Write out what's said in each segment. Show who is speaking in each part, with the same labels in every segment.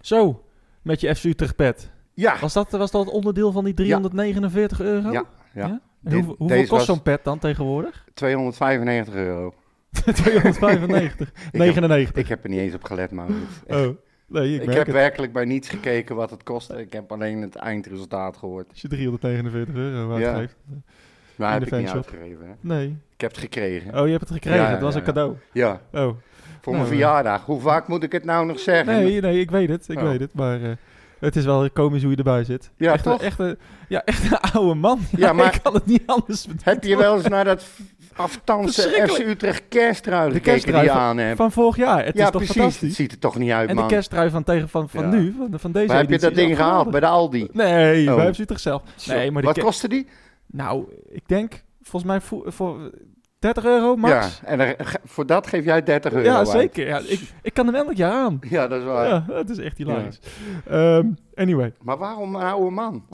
Speaker 1: Zo, met je FC Utrecht pet.
Speaker 2: Ja,
Speaker 1: Was dat, was dat onderdeel van die 349 euro?
Speaker 2: ja, ja.
Speaker 1: En
Speaker 2: Dit-
Speaker 1: hoeveel- hoeveel
Speaker 2: deze
Speaker 1: kost
Speaker 2: was-
Speaker 1: zo'n pet dan tegenwoordig?
Speaker 2: 295 euro.
Speaker 1: 295.
Speaker 2: heb-
Speaker 1: 99.
Speaker 2: Ik heb er niet eens op gelet, maar het is echt-
Speaker 1: oh, nee, ik,
Speaker 2: ik
Speaker 1: merk
Speaker 2: heb
Speaker 1: het.
Speaker 2: werkelijk bij niets gekeken wat het kostte. Ik heb alleen het eindresultaat gehoord.
Speaker 1: Als je 349 euro
Speaker 2: Ja.
Speaker 1: uitgeeft.
Speaker 2: Maar
Speaker 1: In
Speaker 2: heb
Speaker 1: de
Speaker 2: ik niet
Speaker 1: fanshop.
Speaker 2: uitgegeven. Hè?
Speaker 1: Nee.
Speaker 2: Ik heb het gekregen.
Speaker 1: Oh, je hebt het gekregen.
Speaker 2: Ja, ja,
Speaker 1: het was
Speaker 2: ja,
Speaker 1: een
Speaker 2: ja.
Speaker 1: cadeau.
Speaker 2: Ja,
Speaker 1: Oh.
Speaker 2: voor
Speaker 1: Nou,
Speaker 2: mijn verjaardag. Hoe vaak moet ik het nou nog zeggen?
Speaker 1: Nee, nee, ik weet het. Ik
Speaker 2: Oh.
Speaker 1: weet het. Maar eh, het is wel komisch hoe je erbij zit.
Speaker 2: Ja,
Speaker 1: echt, een-
Speaker 2: toch?
Speaker 1: Echt een, ja, echt een oude man.
Speaker 2: Ja, maar-
Speaker 1: Ik kan het niet anders bedenken.
Speaker 2: Heb je wel eens naar dat aftansen FC
Speaker 1: Verschrikkelijk.
Speaker 2: Utrecht kersttrui
Speaker 1: De
Speaker 2: gekeken die
Speaker 1: kersttrui
Speaker 2: je
Speaker 1: van-
Speaker 2: aan hebt?
Speaker 1: Van vorig jaar. Het
Speaker 2: Ja,
Speaker 1: is toch
Speaker 2: precies. Het
Speaker 1: fantastisch?
Speaker 2: ziet er toch niet uit,
Speaker 1: En de
Speaker 2: man.
Speaker 1: kersttrui van, tegen, van, van
Speaker 2: Ja.
Speaker 1: nu, van, van deze
Speaker 2: Waar heb je
Speaker 1: editie,
Speaker 2: dat ding
Speaker 1: is
Speaker 2: gehaald? Bij
Speaker 1: geweldig.
Speaker 2: de Aldi?
Speaker 1: Nee,
Speaker 2: Oh.
Speaker 1: bij FC Utrecht zelf. Nee, maar die
Speaker 2: Wat
Speaker 1: ke-
Speaker 2: kostte die?
Speaker 1: Nou, ik denk, volgens mij voor, voor 30 euro max.
Speaker 2: Ja, en er- ge- voor dat geef jij 30
Speaker 1: Ja,
Speaker 2: euro uit.
Speaker 1: zeker. Ja, ik, ik kan hem elk jaar aan.
Speaker 2: Ja, dat is waar.
Speaker 1: Ja, het is echt hilarisch. Ehm, anyway.
Speaker 2: Maar waarom een oude man?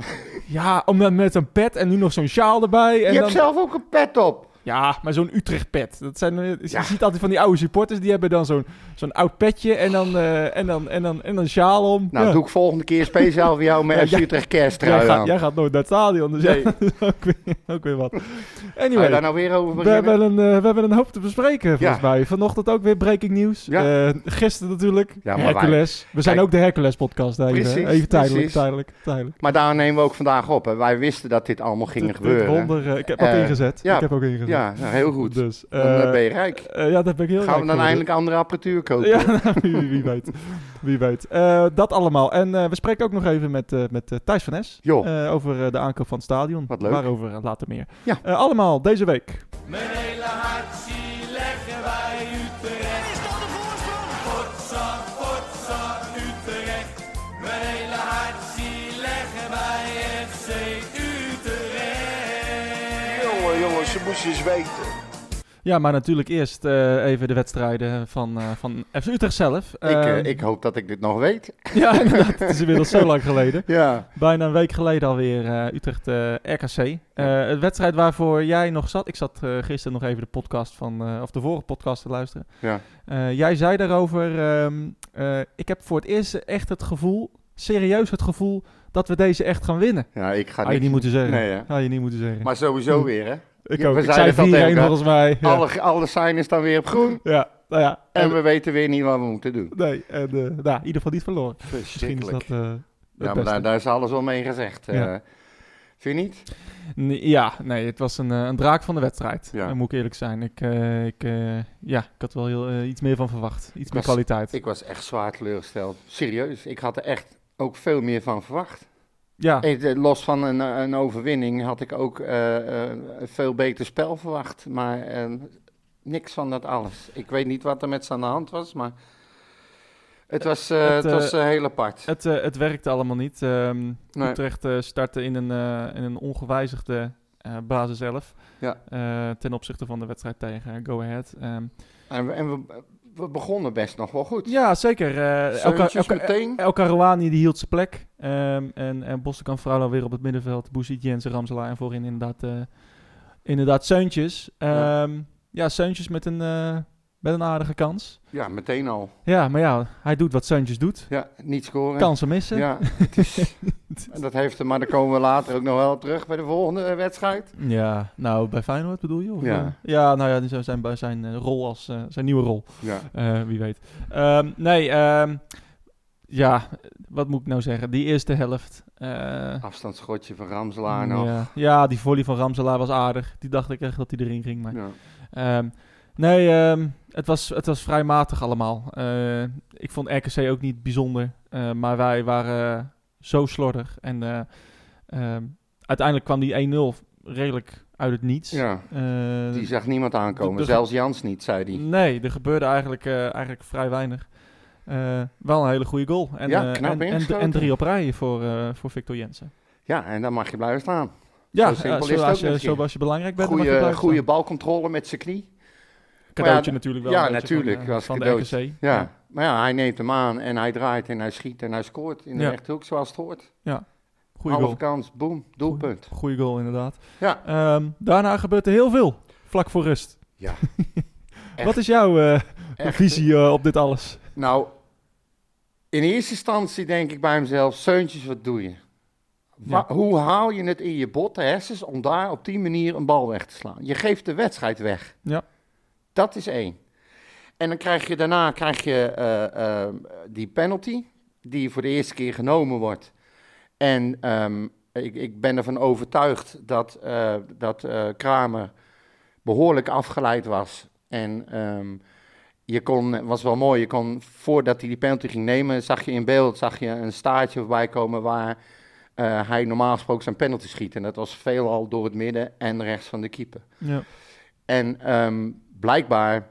Speaker 1: Ja, om dan met een pet en nu nog zo'n sjaal erbij. En
Speaker 2: je
Speaker 1: dan...
Speaker 2: hebt zelf ook een pet op.
Speaker 1: Ja, maar zo'n Utrecht-pet. Dat zijn, eh,
Speaker 2: Ja.
Speaker 1: Je ziet altijd van die oude supporters, die hebben dan zo'n zo'n oud petje en dan, eh, en, dan, en, dan, en dan sjaal om.
Speaker 2: Nou,
Speaker 1: ja.
Speaker 2: doe ik volgende keer speciaal voor jou met
Speaker 1: Ja,
Speaker 2: FC
Speaker 1: jij-
Speaker 2: Utrecht
Speaker 1: jij,
Speaker 2: kersttrui
Speaker 1: gaat,
Speaker 2: aan.
Speaker 1: jij gaat nooit naar het stadion, dus
Speaker 2: Nee.
Speaker 1: jij ook, weer, ook weer wat.
Speaker 2: Ga je daar
Speaker 1: Anyway,
Speaker 2: nou weer over
Speaker 1: we
Speaker 2: beginnen?
Speaker 1: hebben, een, eh, we hebben een hoop te bespreken, volgens
Speaker 2: Ja.
Speaker 1: mij. Vanochtend ook weer breaking nieuws.
Speaker 2: Ja.
Speaker 1: Eh, gisteren natuurlijk,
Speaker 2: Ja, maar wij-
Speaker 1: Hercules. We zijn
Speaker 2: Kijk.
Speaker 1: ook de Hercules-podcast, even,
Speaker 2: Precies,
Speaker 1: even tijdelijk,
Speaker 2: precies.
Speaker 1: tijdelijk, tijdelijk.
Speaker 2: Maar daar nemen we ook vandaag op. Hè. Wij wisten dat dit allemaal ging
Speaker 1: Dit- dit
Speaker 2: gebeuren.
Speaker 1: wonder, eh, ik heb ook
Speaker 2: Eh,
Speaker 1: ingezet.
Speaker 2: ja,
Speaker 1: ik heb ook ingezet.
Speaker 2: Ja, nou, heel goed.
Speaker 1: Dus,
Speaker 2: Dan
Speaker 1: eh,
Speaker 2: eh, ben je rijk.
Speaker 1: eh, ja, dat ben ik heel
Speaker 2: Gaan
Speaker 1: rijk
Speaker 2: we dan
Speaker 1: voor.
Speaker 2: eindelijk andere apparatuur kopen?
Speaker 1: Ja, nou, wie, wie weet. Wie weet. Eh, dat allemaal. En eh, we spreken ook nog even met, eh, met eh, Thijs van Es.
Speaker 2: Joh.
Speaker 1: eh, over eh, de aankoop van het stadion.
Speaker 2: Wat leuk.
Speaker 1: Waarover eh, later meer.
Speaker 2: Ja.
Speaker 1: Eh, allemaal deze week.
Speaker 3: Mijn hele hart zie leggen wij Utrecht. Is dat de voorsprong? Potsa, potsa, Utrecht. Mijn hele hart zie leggen wij FC Utrecht.
Speaker 4: Jongen, jongen, ze moesten eens weten.
Speaker 1: Ja, maar natuurlijk eerst eh, even de wedstrijden van, eh, van FC Utrecht zelf.
Speaker 2: Ik, eh,
Speaker 1: Ehm,
Speaker 2: ik hoop dat ik dit nog weet.
Speaker 1: Ja, inderdaad. Het is inmiddels zo lang geleden.
Speaker 2: Ja.
Speaker 1: Bijna een week geleden alweer eh, Utrecht eh, RKC. Eh, een wedstrijd waarvoor jij nog zat. Ik zat eh, gisteren nog even de podcast van, eh, of de vorige podcast te luisteren.
Speaker 2: Ja.
Speaker 1: Eh, jij zei daarover, ehm, eh, ik heb voor het eerst echt het gevoel, serieus het gevoel, dat we deze echt gaan winnen.
Speaker 2: ja, ik ga
Speaker 1: Had je
Speaker 2: niks-
Speaker 1: niet moeten zeggen.
Speaker 2: Nee, hè.
Speaker 1: Had je niet moeten zeggen.
Speaker 2: Maar sowieso weer, hè?
Speaker 1: ik
Speaker 2: ja,
Speaker 1: ook.
Speaker 2: we
Speaker 1: Ik
Speaker 2: zeiden
Speaker 1: zei
Speaker 2: het al
Speaker 1: 4-1
Speaker 2: tegen elkaar.
Speaker 1: volgens mij. Ja,
Speaker 2: Alle, alle sign is dan weer op groen.
Speaker 1: ja. nou ja. En,
Speaker 2: En we weten weer niet wat we moeten doen.
Speaker 1: nee, en, eh, nou, in ieder geval niet verloren. Misschien is dat
Speaker 2: Verschrikkelijk.
Speaker 1: eh, het
Speaker 2: Ja, maar
Speaker 1: beste.
Speaker 2: daar, daar is alles al mee gezegd. eh.
Speaker 1: Ja.
Speaker 2: Vind je niet?
Speaker 1: Nee, ja, nee, het was een, eh, een draak van de wedstrijd.
Speaker 2: Ja.
Speaker 1: Dan moet ik eerlijk zijn. Ik, eh, ik, eh, ja, ik had wel heel, eh, iets meer van verwacht. Iets meer
Speaker 2: was-
Speaker 1: kwaliteit.
Speaker 2: Ik was echt zwaar teleurgesteld. Serieus, ik had er echt ook veel meer van verwacht.
Speaker 1: ja,
Speaker 2: Eh, de- Los van een, eh, een overwinning had ik ook eh, eh, een veel beter spel verwacht. Maar eh, niks van dat alles. Ik weet niet wat er met ze aan de hand was, maar het was, eh,
Speaker 1: het,
Speaker 2: het was
Speaker 1: eh,
Speaker 2: eh, heel apart.
Speaker 1: het, eh, het werkte allemaal niet. Ehm,
Speaker 2: Nee.
Speaker 1: Utrecht eh, startte in een, eh, in een ongewijzigde eh, basis 11.
Speaker 2: Ja.
Speaker 1: Eh, ten opzichte van de wedstrijd tegen Go Ahead. Ehm,
Speaker 2: En, we, en we, we begonnen best nog wel goed.
Speaker 1: ja, zeker. eh elka,
Speaker 2: Zeuntjes
Speaker 1: elka,
Speaker 2: meteen.
Speaker 1: El Karouani die hield zijn plek. Ehm, en en Bossekamp Vrouwen weer op het middenveld. Boezit, Jensen, Ramselaar en voorin inderdaad, eh inderdaad Seuntjes.
Speaker 2: Ja.
Speaker 1: Ehm, ja, Seuntjes met een, eh, met een aardige kans.
Speaker 2: Ja, meteen al.
Speaker 1: Ja, maar ja, hij doet wat Seuntjes doet.
Speaker 2: Ja, niet scoren.
Speaker 1: Kansen missen.
Speaker 2: Ja, het is, dat heeft hem, maar daar komen we later ook nog wel op terug bij de volgende eh, wedstrijd.
Speaker 1: Ja, nou, bij Feyenoord bedoel je? Of,
Speaker 2: Ja.
Speaker 1: eh? ja, nou ja, zijn, zijn, zijn eh, rol als, eh, zijn nieuwe rol.
Speaker 2: Ja.
Speaker 1: Eh, wie weet. Ehm, nee, ehm, ja, wat moet ik nou zeggen? Die eerste helft. eh,
Speaker 2: Afstandsschotje van Ramselaar nog.
Speaker 1: Ja. ja, die volley van Ramselaar was aardig. Die dacht ik echt dat hij erin ging. Maar,
Speaker 2: Ja.
Speaker 1: ehm, nee, ehm, het, was, het was vrij matig allemaal. Eh, ik vond RKC ook niet bijzonder. eh, maar wij waren zo slordig. En eh, ehm, uiteindelijk kwam die 1-0 redelijk uit het niets.
Speaker 2: Ja,
Speaker 1: Eh,
Speaker 2: die zag niemand aankomen.
Speaker 1: de- de-
Speaker 2: Zelfs Jans niet, zei hij.
Speaker 1: Nee, er gebeurde eigenlijk, eh, eigenlijk vrij weinig. Eh, wel een hele goede goal. En,
Speaker 2: Ja,
Speaker 1: eh,
Speaker 2: knap
Speaker 1: en, en,
Speaker 2: ingeschoten.
Speaker 1: en drie op rij voor, eh, voor Victor Jensen.
Speaker 2: Ja, en dan mag je blijven staan.
Speaker 1: Ja,
Speaker 2: Zo simpel
Speaker 1: eh,
Speaker 2: is
Speaker 1: zo
Speaker 2: het
Speaker 1: als
Speaker 2: ook
Speaker 1: je,
Speaker 2: misschien.
Speaker 1: zo als je belangrijk bent. dan mag je
Speaker 2: Goede,
Speaker 1: blijven staan.
Speaker 2: goede balcontrole met zijn knie. Maar
Speaker 1: Cadeautje
Speaker 2: ja,
Speaker 1: natuurlijk wel.
Speaker 2: ja,
Speaker 1: een beetje
Speaker 2: natuurlijk,
Speaker 1: Van, eh,
Speaker 2: als
Speaker 1: van de
Speaker 2: cadeautje.
Speaker 1: RKC.
Speaker 2: Ja. maar ja, hij neemt hem aan en hij draait en hij schiet en hij scoort in de
Speaker 1: Ja.
Speaker 2: rechterhoek zoals het hoort.
Speaker 1: Goeie
Speaker 2: Halve
Speaker 1: goal.
Speaker 2: kans, boom, doelpunt.
Speaker 1: Goeie goal, inderdaad.
Speaker 2: Ja.
Speaker 1: Ehm, daarna gebeurt er heel veel. Vlak voor rust.
Speaker 2: Ja.
Speaker 1: Wat is jouw eh,
Speaker 2: Echt.
Speaker 1: visie eh, op dit alles?
Speaker 2: Nou, in eerste instantie denk ik bij mezelf, Seuntjes, wat doe je? Wa- Hoe haal je het in je botte hersens om daar op die manier een bal weg te slaan? Je geeft de wedstrijd weg.
Speaker 1: Ja.
Speaker 2: Dat is één. En dan krijg je daarna krijg je, eh, eh, die penalty, die voor de eerste keer genomen wordt. En ehm, ik, ik ben ervan overtuigd dat, eh, dat eh, Kramer behoorlijk afgeleid was. En ehm, je kon, het was wel mooi, je kon voordat hij die penalty ging nemen, zag je in beeld zag je een staartje voorbij komen waar eh, hij normaal gesproken zijn penalty schiet. En dat was veelal door het midden en rechts van de keeper.
Speaker 1: Ja.
Speaker 2: En ehm, blijkbaar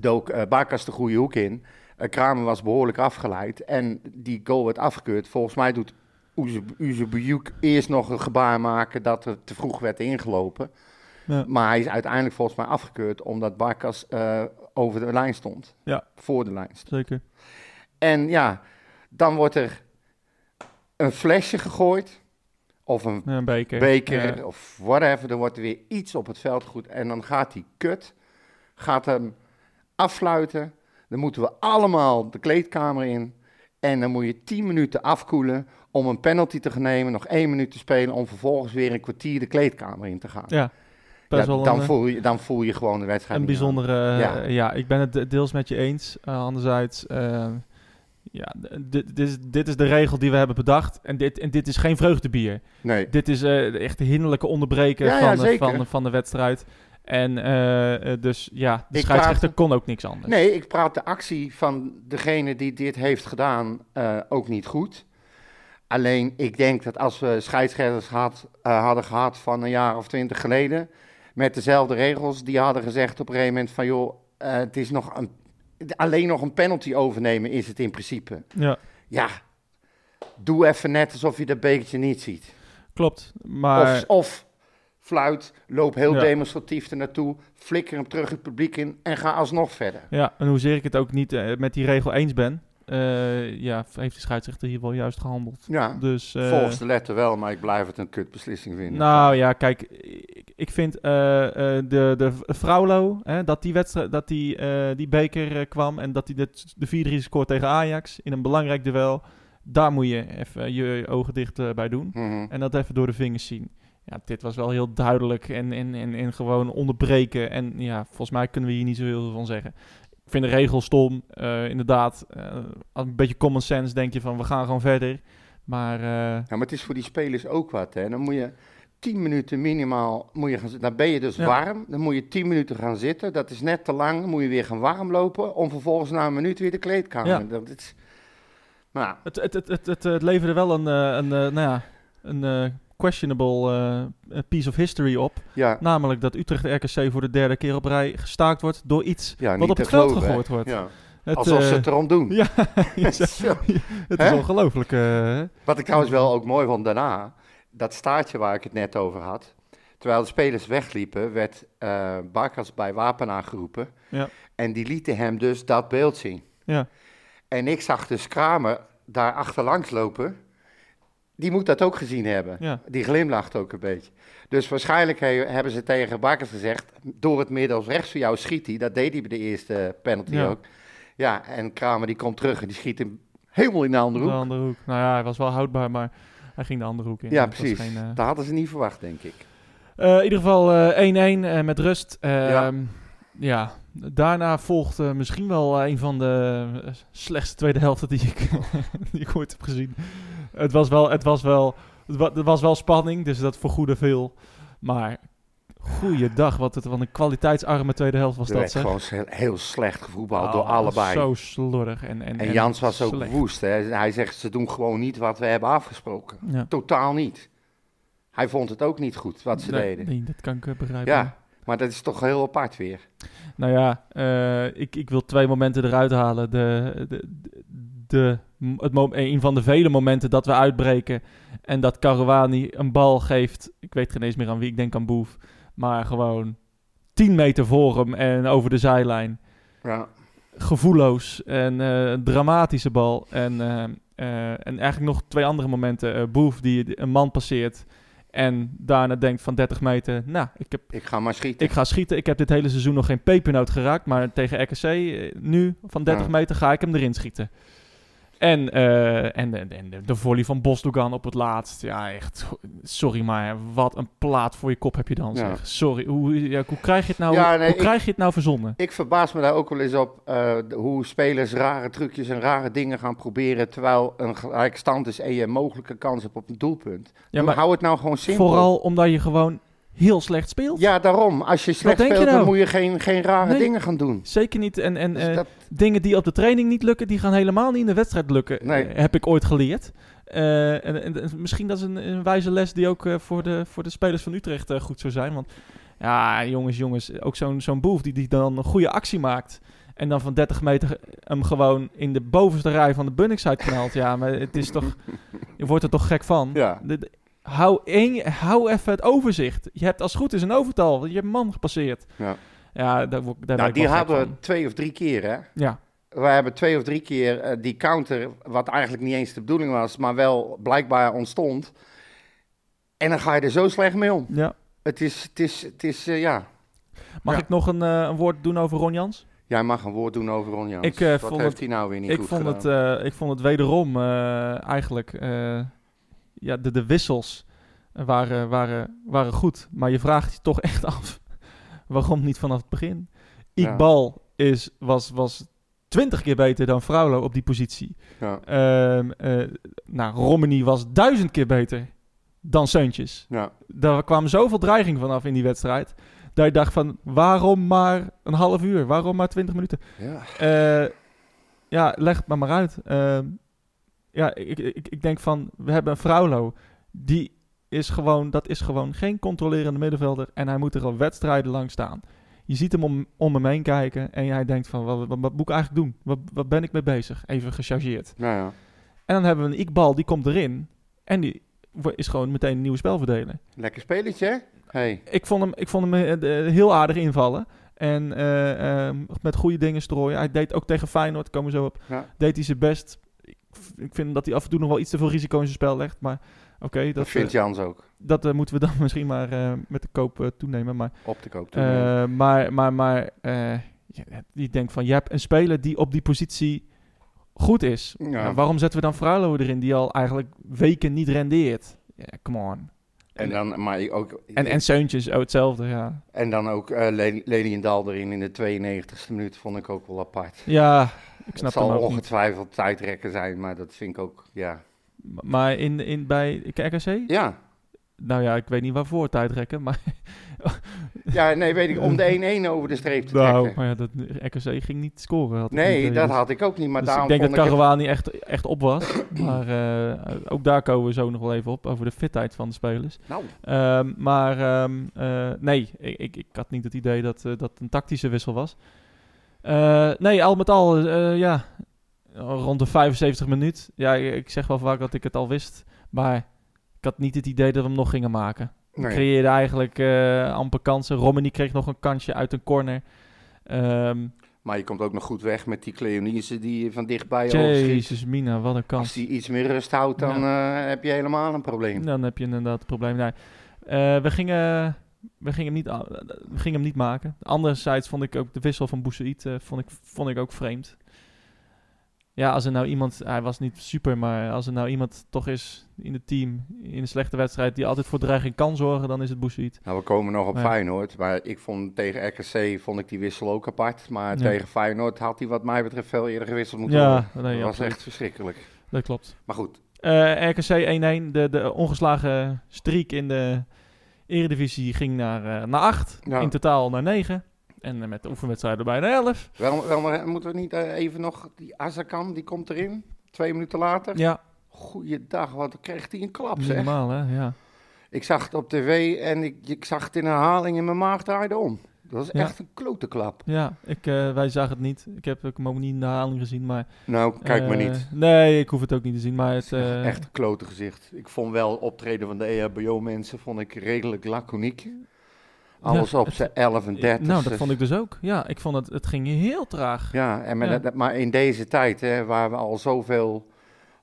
Speaker 2: dook eh Barkas de goede hoek in. Eh, Kramer was behoorlijk afgeleid en die goal werd afgekeurd. Volgens mij doet Oeze- Oezebujuk eerst nog een gebaar maken dat er te vroeg werd ingelopen.
Speaker 1: Ja.
Speaker 2: Maar hij is uiteindelijk volgens mij afgekeurd omdat Barkas eh, over de lijn stond.
Speaker 1: Ja.
Speaker 2: Voor de lijn stond.
Speaker 1: Zeker.
Speaker 2: En ja, dan wordt er een flesje gegooid of een
Speaker 1: Ja, Een beker.
Speaker 2: beker
Speaker 1: Ja.
Speaker 2: of whatever. Er wordt weer iets op het veld goed. En dan gaat die kut, gaat hem afsluiten. Dan moeten we allemaal de kleedkamer in. En dan moet je 10 minuten afkoelen om een penalty te nemen. Nog één minuut te spelen om vervolgens weer een kwartier de kleedkamer in te gaan.
Speaker 1: Ja. Best
Speaker 2: Ja,
Speaker 1: wel
Speaker 2: dan,
Speaker 1: een, eh,
Speaker 2: voel je, dan voel je gewoon de wedstrijd.
Speaker 1: een
Speaker 2: niet aan.
Speaker 1: bijzondere... eh,
Speaker 2: Ja.
Speaker 1: ja. ik ben het de- deels met je eens. Eh, anderzijds, eh, ja, d- dit, dit, is, dit is de regel die we hebben bedacht. En dit, en dit is geen vreugdebier.
Speaker 2: Nee.
Speaker 1: Dit is eh, echt de hinderlijke onderbreken
Speaker 2: Ja, ja,
Speaker 1: van, de,
Speaker 2: zeker.
Speaker 1: van, de- van de wedstrijd. En eh, eh, dus ja, de
Speaker 2: Ik
Speaker 1: scheidsrechter
Speaker 2: praat-
Speaker 1: kon ook niks anders.
Speaker 2: Nee, ik praat de actie van degene die dit heeft gedaan eh, ook niet goed. Alleen ik denk dat als we scheidsrechters had, eh, hadden gehad van een jaar of twintig geleden, met dezelfde regels, die hadden gezegd op een gegeven moment van joh, eh, het is nog een, alleen nog een penalty overnemen is het in principe.
Speaker 1: Ja,
Speaker 2: Ja, doe even net alsof je dat bekertje niet ziet.
Speaker 1: klopt. Maar
Speaker 2: Of, of fluit, loop heel
Speaker 1: Ja.
Speaker 2: demonstratief er naartoe, flikker hem terug het publiek in en ga alsnog verder.
Speaker 1: Ja, en hoezeer ik het ook niet eh, met die regel eens ben, eh, ja, heeft de scheidsrechter hier wel juist gehandeld.
Speaker 2: Ja.
Speaker 1: Dus, eh,
Speaker 2: Volgens de letter wel, maar ik blijf het een kutbeslissing vinden.
Speaker 1: Nou ja, kijk, ik, ik vind eh, eh, de, de v- Fraulo, hè, dat die, wedstrijd, dat die, eh, die beker eh, kwam en dat hij dit- de 4-3 scoort tegen Ajax in een belangrijk duel. Daar moet je even je ogen dicht eh, bij doen.
Speaker 2: Mhm.
Speaker 1: En dat even door de vingers zien. Ja, dit was wel heel duidelijk en, en, en, en gewoon onderbreken. En ja, volgens mij kunnen we hier niet zo heel veel van zeggen. Ik vind de regel stom, eh, inderdaad. eh, als een beetje common sense denk je van, we gaan gewoon verder. Maar eh,
Speaker 2: Ja, maar het is voor die spelers ook wat. Hè. Dan moet je 10 minuten minimaal moet je gaan zitten. Dan ben je dus
Speaker 1: Ja.
Speaker 2: warm. Dan moet je 10 minuten gaan zitten. Dat is net te lang. Dan moet je weer gaan warm lopen. Om vervolgens na een minuut weer de kleedkamer.
Speaker 1: Ja.
Speaker 2: Dat is... Maar ja,
Speaker 1: het, het, het, het, het, het leverde wel een, eh, een, eh, nou ja, een eh, questionable eh, piece of history op.
Speaker 2: ja,
Speaker 1: Namelijk dat Utrecht RKC voor de derde keer op rij gestaakt wordt door iets
Speaker 2: ja, niet
Speaker 1: wat op
Speaker 2: te
Speaker 1: het veld
Speaker 2: geloven, hè.
Speaker 1: gegooid wordt.
Speaker 2: Ja.
Speaker 1: Het,
Speaker 2: Alsof ze
Speaker 1: eh,
Speaker 2: het erom doen.
Speaker 1: Ja,
Speaker 2: Zo.
Speaker 1: het is
Speaker 2: Hè?
Speaker 1: ongelooflijk. eh.
Speaker 2: Wat ik trouwens wel ook mooi vond daarna, dat staartje waar ik het net over had. Terwijl de spelers wegliepen, werd eh Barkas bij Wapenaar geroepen.
Speaker 1: Ja.
Speaker 2: En die lieten hem dus dat beeld zien.
Speaker 1: ja.
Speaker 2: En ik zag dus Kramer daar achterlangs lopen. Die moet dat ook gezien hebben.
Speaker 1: Ja.
Speaker 2: Die glimlacht ook een beetje. Dus waarschijnlijk he- hebben ze tegen Barkas gezegd... door het midden of rechts van jou schiet hij. Dat deed hij bij de eerste penalty
Speaker 1: Ja.
Speaker 2: ook. Ja, en Kramer die komt terug en die schiet hem helemaal in de andere
Speaker 1: De
Speaker 2: hoek.
Speaker 1: andere hoek. Nou ja, hij was wel houdbaar, maar hij ging de andere hoek in.
Speaker 2: Ja,
Speaker 1: Het was
Speaker 2: precies.
Speaker 1: geen, eh,
Speaker 2: Dat hadden ze niet verwacht, denk ik.
Speaker 1: eh, in ieder geval eh, 1-1 eh, met rust. Ehm,
Speaker 2: Ja.
Speaker 1: ja. daarna volgt eh, misschien wel een van de eh, slechtste tweede helften die ik, die ik ooit heb gezien. Het was wel, het was wel, het wa- er was wel spanning, dus dat vergoedde veel. Maar goeiedag, wat, het, wat een kwaliteitsarme tweede helft was
Speaker 2: Er
Speaker 1: dat,
Speaker 2: werd
Speaker 1: zeg.
Speaker 2: gewoon heel- heel slecht gevoetbald door
Speaker 1: Ah, dat was
Speaker 2: allebei.
Speaker 1: Zo slordig. En, en,
Speaker 2: En Jans was ook
Speaker 1: slecht.
Speaker 2: woest. Hè? Hij zegt, ze doen gewoon niet wat we hebben afgesproken.
Speaker 1: Ja.
Speaker 2: Totaal niet. Hij vond het ook niet goed wat ze
Speaker 1: Nee,
Speaker 2: deden.
Speaker 1: nee, dat kan ik eh, begrijpen.
Speaker 2: Ja, maar dat is toch heel apart weer.
Speaker 1: Nou ja, eh, ik, ik wil twee momenten eruit halen. De, de, de, de- het mo- een van de vele momenten dat we uitbreken. En dat Caruani een bal geeft. Ik weet geen eens meer aan wie, ik denk aan Boef. Maar gewoon 10 meter voor hem en over de zijlijn.
Speaker 2: Ja,
Speaker 1: Gevoelloos en eh, een dramatische bal. En, eh, eh, en eigenlijk nog twee andere momenten. Eh, Boef die een man passeert. En daarna denkt van 30 meter. Nou, ik heb
Speaker 2: ik ga maar schieten.
Speaker 1: ik ga schieten. Ik heb dit hele seizoen nog geen pepernoot geraakt. Maar tegen RKC, eh, nu van 30
Speaker 2: Ja.
Speaker 1: meter, ga ik hem erin schieten. En, eh, en, en, en de- de volley van Bosdogan op het laatst. Ja, echt. Sorry, maar wat een plaat voor je kop heb je dan.
Speaker 2: Ja.
Speaker 1: Zeg. Sorry, hoe, ja, hoe krijg je het nou,
Speaker 2: Ja, nee,
Speaker 1: hoe
Speaker 2: ik-
Speaker 1: krijg je het nou verzonnen?
Speaker 2: Ik verbaas me daar ook wel eens op eh, d- hoe spelers rare trucjes en rare dingen gaan proberen. Terwijl een gelijkstand is en je een mogelijke kans hebt op een doelpunt.
Speaker 1: Ja,
Speaker 2: Doe-
Speaker 1: maar
Speaker 2: Hou het nou gewoon simpel.
Speaker 1: vooral omdat je gewoon heel slecht speelt.
Speaker 2: Ja, daarom. Als je slecht
Speaker 1: denk je
Speaker 2: speelt,
Speaker 1: nou?
Speaker 2: dan moet je geen, geen rare
Speaker 1: Nee.
Speaker 2: dingen gaan doen.
Speaker 1: Zeker niet. En, en
Speaker 2: Dus
Speaker 1: eh,
Speaker 2: dat-
Speaker 1: dingen die op de training niet lukken, die gaan helemaal niet in de wedstrijd lukken.
Speaker 2: Nee.
Speaker 1: eh, heb ik ooit geleerd. Eh, en, en, en misschien dat is een, een wijze les die ook eh, voor, de, voor de spelers van Utrecht eh, goed zou zijn. Want ja, jongens, jongens, ook zo'n zo'n boef die, die dan een goede actie maakt. En dan van 30 meter hem gewoon in de bovenste rij van de Bunnings uitknalt. ja, maar het is toch. Je wordt er toch gek van.
Speaker 2: Ja.
Speaker 1: De- de- hou, één, hou even het overzicht. Je hebt als het goed is een overtal. want Je hebt een man gepasseerd.
Speaker 2: Ja.
Speaker 1: Ja, daar, word- daar
Speaker 2: nou,
Speaker 1: ben ik
Speaker 2: die
Speaker 1: wel gek
Speaker 2: hadden we
Speaker 1: van.
Speaker 2: twee of drie keer, hè?
Speaker 1: Ja,
Speaker 2: We hebben twee of drie keer eh, die counter, wat eigenlijk niet eens de bedoeling was, maar wel blijkbaar ontstond. En dan ga je er zo slecht mee om.
Speaker 1: ja.
Speaker 2: Het is, het is, het is eh, ja.
Speaker 1: Mag
Speaker 2: Ja.
Speaker 1: ik nog een, eh, een woord doen over Ron Jans?
Speaker 2: Jij mag een woord doen over Ron Jans.
Speaker 1: Ik, eh,
Speaker 2: Wat
Speaker 1: vond
Speaker 2: heeft
Speaker 1: het-
Speaker 2: hij nou weer niet
Speaker 1: Ik
Speaker 2: goed
Speaker 1: vond,
Speaker 2: gedaan?
Speaker 1: het, eh, ik vond het wederom eh, eigenlijk... eh, ja, de, de wissels waren, waren, waren goed. Maar je vraagt je toch echt af... waarom niet vanaf het begin?
Speaker 2: Ja.
Speaker 1: Iqbal is, was, was 20 keer beter dan Fraulo op die positie.
Speaker 2: Ja,
Speaker 1: Ehm, eh, nou, Romney was duizend keer beter dan Seuntjes.
Speaker 2: ja,
Speaker 1: daar kwam zoveel dreiging vanaf in die wedstrijd. Dat je dacht van, waarom maar een half uur? Waarom maar twintig minuten?
Speaker 2: ja.
Speaker 1: Eh, ja, leg het maar maar uit. Ehm, ja, ik, ik, ik denk van, we hebben een Fraulo. Die is gewoon, dat is gewoon geen controlerende middenvelder. En hij moet er al wedstrijden lang staan. Je ziet hem om, om hem heen kijken en hij denkt van, wat, wat, wat moet ik eigenlijk doen? Wat, wat ben ik mee bezig? Even gechargeerd.
Speaker 2: Nou ja,
Speaker 1: En dan hebben we een Iqbal, die komt erin. En die wo- is gewoon meteen een nieuwe spelverdeler
Speaker 2: lekker spelletje, hè? Hey.
Speaker 1: ik vond hem, ik vond hem eh, eh, heel aardig invallen. En eh, eh, met goede dingen strooien. Hij deed ook tegen Feyenoord, komen we zo op.
Speaker 2: Ja.
Speaker 1: Deed hij zijn best. Ik, v- ik vind dat hij af en toe nog wel iets te veel risico in zijn spel legt. Maar oké,
Speaker 2: Dat,
Speaker 1: dat,
Speaker 2: vindt
Speaker 1: eh,
Speaker 2: Jans ook.
Speaker 1: dat eh, moeten we dan misschien maar eh, met de koop eh, toenemen. Maar,
Speaker 2: Op de koop.
Speaker 1: eh, maar, maar, maar eh, ja, ik denk van, je hebt een speler die op die positie goed is.
Speaker 2: Ja.
Speaker 1: Ja, waarom zetten we dan Fraulo erin die al eigenlijk weken niet rendeert? Ja, come on.
Speaker 2: en dan, maar je ook,
Speaker 1: En, en Seuntjes, oh, hetzelfde, ja.
Speaker 2: en dan ook eh Le- Leliendal erin in de 92e minuut vond ik ook wel apart.
Speaker 1: Ja, ik
Speaker 2: Het
Speaker 1: snap hem
Speaker 2: zal
Speaker 1: ook niet.
Speaker 2: ongetwijfeld tijdrekken zijn, maar dat vind ik ook, ja.
Speaker 1: M- Maar in, in, bij RKC?
Speaker 2: Ja,
Speaker 1: Nou ja, ik weet niet waarvoor tijdrekken, maar...
Speaker 2: ja nee, weet ik, om de 1-1 over de streep te
Speaker 1: Nou,
Speaker 2: trekken.
Speaker 1: maar ja, dat, RKC ging niet scoren. Had ik niet,
Speaker 2: Nee,
Speaker 1: eh,
Speaker 2: dat
Speaker 1: dus-
Speaker 2: had ik ook niet, maar
Speaker 1: dus
Speaker 2: daarom
Speaker 1: ik denk dat
Speaker 2: vond ik het-
Speaker 1: Caruana niet echt, echt op was. maar eh, ook daar komen we zo nog wel even op, over de fitheid van de spelers.
Speaker 2: Nou,
Speaker 1: Ehm, maar ehm, eh, nee, ik, ik, ik had niet het idee dat eh, dat een tactische wissel was. Eh, nee, al met al, eh, ja, rond de 75 minuut. Ja, ik, ik zeg wel vaak dat ik het al wist, maar ik had niet het idee dat we hem nog gingen maken.
Speaker 2: nee.
Speaker 1: Creëerde eigenlijk eh, amper kansen. Romney kreeg nog een kansje uit een corner. Ehm
Speaker 2: Maar je komt ook nog goed weg met die Cleonice die je van dichtbij overschiet.
Speaker 1: Jezus, Mina, wat een kans.
Speaker 2: oh, Als die iets meer rust houdt, dan eh, heb je helemaal een probleem.
Speaker 1: Dan heb je inderdaad het probleem. Nee. Eh, we, gingen, we, gingen hem niet, a- we gingen hem niet maken. Anderzijds vond ik ook de wissel van Boussaïd eh, vond ik, vond ik ook vreemd. Ja, als er nou iemand, hij was niet super, maar als er nou iemand toch is in het team, in een slechte wedstrijd, die altijd voor dreiging kan zorgen, dan is het Boussaïd.
Speaker 2: Nou, we komen nog op
Speaker 1: Ja.
Speaker 2: Feyenoord, maar ik vond tegen RKC vond ik die wissel ook apart. Maar
Speaker 1: Ja.
Speaker 2: tegen Feyenoord had hij wat mij betreft veel eerder gewisseld moeten
Speaker 1: Ja,
Speaker 2: worden.
Speaker 1: nee,
Speaker 2: dat was
Speaker 1: absoluut.
Speaker 2: echt verschrikkelijk.
Speaker 1: dat klopt.
Speaker 2: Maar goed,
Speaker 1: Eh, RKC 1-1, de, de ongeslagen streak in de eredivisie ging naar, eh, naar 8,
Speaker 2: Ja.
Speaker 1: in totaal naar 9. En eh, met de oefenwedstrijden bijna 11.
Speaker 2: wel, wel, maar moeten we niet eh, even nog... Die Azarkan, die komt erin, twee minuten later.
Speaker 1: Ja,
Speaker 2: Goeiedag, wat kreeg hij een klap
Speaker 1: niet
Speaker 2: zeg.
Speaker 1: normaal hè, ja.
Speaker 2: Ik zag het op tv en ik, ik zag het in herhaling en mijn maag draaide om. Dat was
Speaker 1: Ja.
Speaker 2: echt een klote klap.
Speaker 1: Ja, ik, eh, wij zagen het niet. Ik heb ik hem ook niet in de herhaling gezien, maar...
Speaker 2: Nou, kijk maar
Speaker 1: eh,
Speaker 2: niet.
Speaker 1: Nee, ik hoef het ook niet te zien, maar het... eh,
Speaker 2: Echt een klote gezicht. Ik vond wel optreden van de E EHBO-mensen vond ik redelijk laconiek. Alles
Speaker 1: Ja,
Speaker 2: op
Speaker 1: het-
Speaker 2: zijn 11 en 30.
Speaker 1: Nou, dat vond ik dus ook. Ja, ik vond het... Het ging heel traag.
Speaker 2: Ja, en met
Speaker 1: Ja.
Speaker 2: dat- maar in deze tijd, hè, waar we al zoveel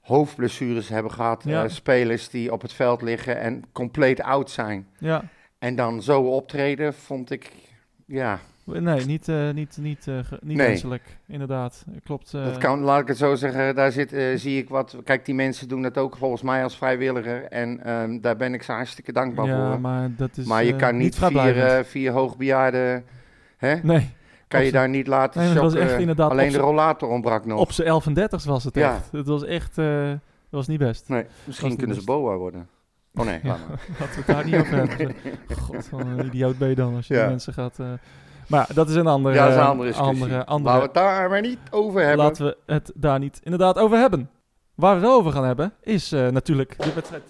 Speaker 2: hoofdblessures hebben gehad,
Speaker 1: Ja.
Speaker 2: eh, spelers die op het veld liggen en compleet oud zijn,
Speaker 1: Ja.
Speaker 2: en dan zo optreden, vond ik, ja,
Speaker 1: Wa- Nee, niet, eh, niet, niet, eh, ge- niet
Speaker 2: Nee.
Speaker 1: menselijk. Inderdaad, klopt. eh,
Speaker 2: Dat kan, laat ik het zo zeggen, daar zit, eh, zie ik wat. Kijk, die mensen doen dat ook volgens mij als vrijwilliger. En ehm, daar ben ik ze hartstikke dankbaar
Speaker 1: ja,
Speaker 2: voor. Maar,
Speaker 1: maar dat is
Speaker 2: je
Speaker 1: eh,
Speaker 2: kan niet vier,
Speaker 1: vrijblijvend.
Speaker 2: eh, vier hoogbejaarden, hè?
Speaker 1: Nee,
Speaker 2: kan je
Speaker 1: absoluut.
Speaker 2: daar niet laten
Speaker 1: Nee, maar het was
Speaker 2: shocken.
Speaker 1: echt inderdaad
Speaker 2: Alleen
Speaker 1: op
Speaker 2: de
Speaker 1: z'n-
Speaker 2: rollator ontbrak nog.
Speaker 1: op z'n 11 en 30 was het
Speaker 2: Ja.
Speaker 1: echt. Het was echt, eh, dat was niet best.
Speaker 2: Nee, misschien
Speaker 1: niet
Speaker 2: kunnen ze
Speaker 1: best.
Speaker 2: boa worden. Oh nee,
Speaker 1: Ja.
Speaker 2: laat maar.
Speaker 1: Laten we het daar niet over hebben. God, wat een idioot ben je dan als je
Speaker 2: Ja.
Speaker 1: die mensen gaat... eh, maar ja, dat is een andere...
Speaker 2: Ja, dat is een andere discussie.
Speaker 1: andere,
Speaker 2: Laten we
Speaker 1: andere
Speaker 2: het daar maar niet over hebben.
Speaker 1: Laten we het daar niet inderdaad over hebben. Waar we het wel over gaan hebben, is eh, natuurlijk de wedstrijd...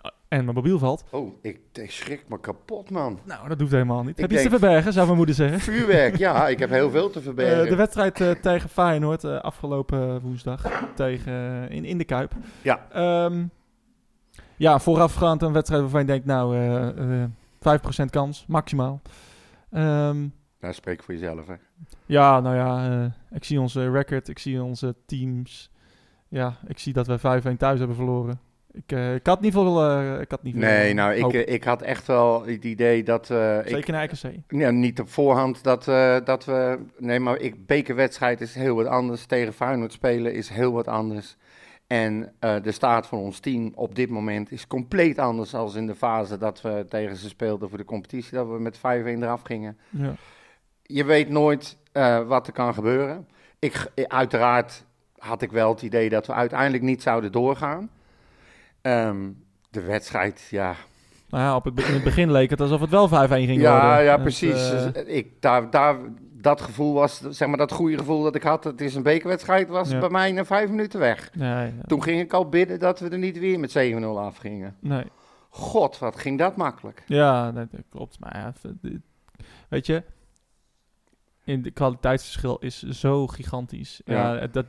Speaker 1: eh, En mijn mobiel valt.
Speaker 2: Oh, ik, ik schrik me kapot, man.
Speaker 1: Nou, dat hoeft helemaal niet.
Speaker 2: Ik
Speaker 1: Heb je iets te
Speaker 2: denk-
Speaker 1: verbergen, zou mijn moeder zeggen.
Speaker 2: Vuurwerk, ja, ik heb heel veel te verbergen.
Speaker 1: Eh, de wedstrijd eh, tegen Feyenoord eh, afgelopen woensdag tegen, eh, in, in de Kuip.
Speaker 2: Ja.
Speaker 1: Ehm, ja, voorafgaand een wedstrijd waarvan je denkt, nou, eh, eh 5% kans, maximaal. Ehm,
Speaker 2: Nou, spreek voor jezelf, hè.
Speaker 1: ja, nou ja, eh, ik zie onze record, ik zie onze teams. Ja, ik zie dat wij 5-1 thuis hebben verloren. Ik, eh, ik had niet veel... eh, ik had niet veel
Speaker 2: Nee, nou, ik,
Speaker 1: hoop.
Speaker 2: eh, ik had echt wel het idee dat... eh, ik,
Speaker 1: Zeker naar RKC.
Speaker 2: Ja, niet op voorhand dat, eh, dat we... Nee, maar ik, bekerwedstrijd is heel wat anders. Tegen Feyenoord spelen is heel wat anders. En eh, de staat van ons team op dit moment is compleet anders... als in de fase dat we tegen ze speelden voor de competitie. Dat we met 5-1 eraf gingen.
Speaker 1: Ja.
Speaker 2: Je weet nooit eh, wat er kan gebeuren. Ik, g- eh, uiteraard had ik wel het idee dat we uiteindelijk niet zouden doorgaan. Ehm, de wedstrijd, ja,
Speaker 1: Nou ja, op het, be- in het begin leek het alsof het wel 5-1 ging worden.
Speaker 2: Ja, ja
Speaker 1: Het,
Speaker 2: precies.
Speaker 1: eh,
Speaker 2: Dus ik, daar, daar, dat gevoel was, zeg maar dat goede gevoel dat ik had, het is een bekerwedstrijd, was
Speaker 1: Ja.
Speaker 2: bij mij na vijf minuten weg.
Speaker 1: nee,
Speaker 2: Toen ging ik al bidden dat we er niet weer met 7-0 afgingen.
Speaker 1: nee.
Speaker 2: God, wat ging dat makkelijk.
Speaker 1: Ja, nee, dat klopt. Maar ja, v- dit- weet je, in de kwaliteitsverschil is zo gigantisch. Ja.
Speaker 2: Ja.
Speaker 1: dat,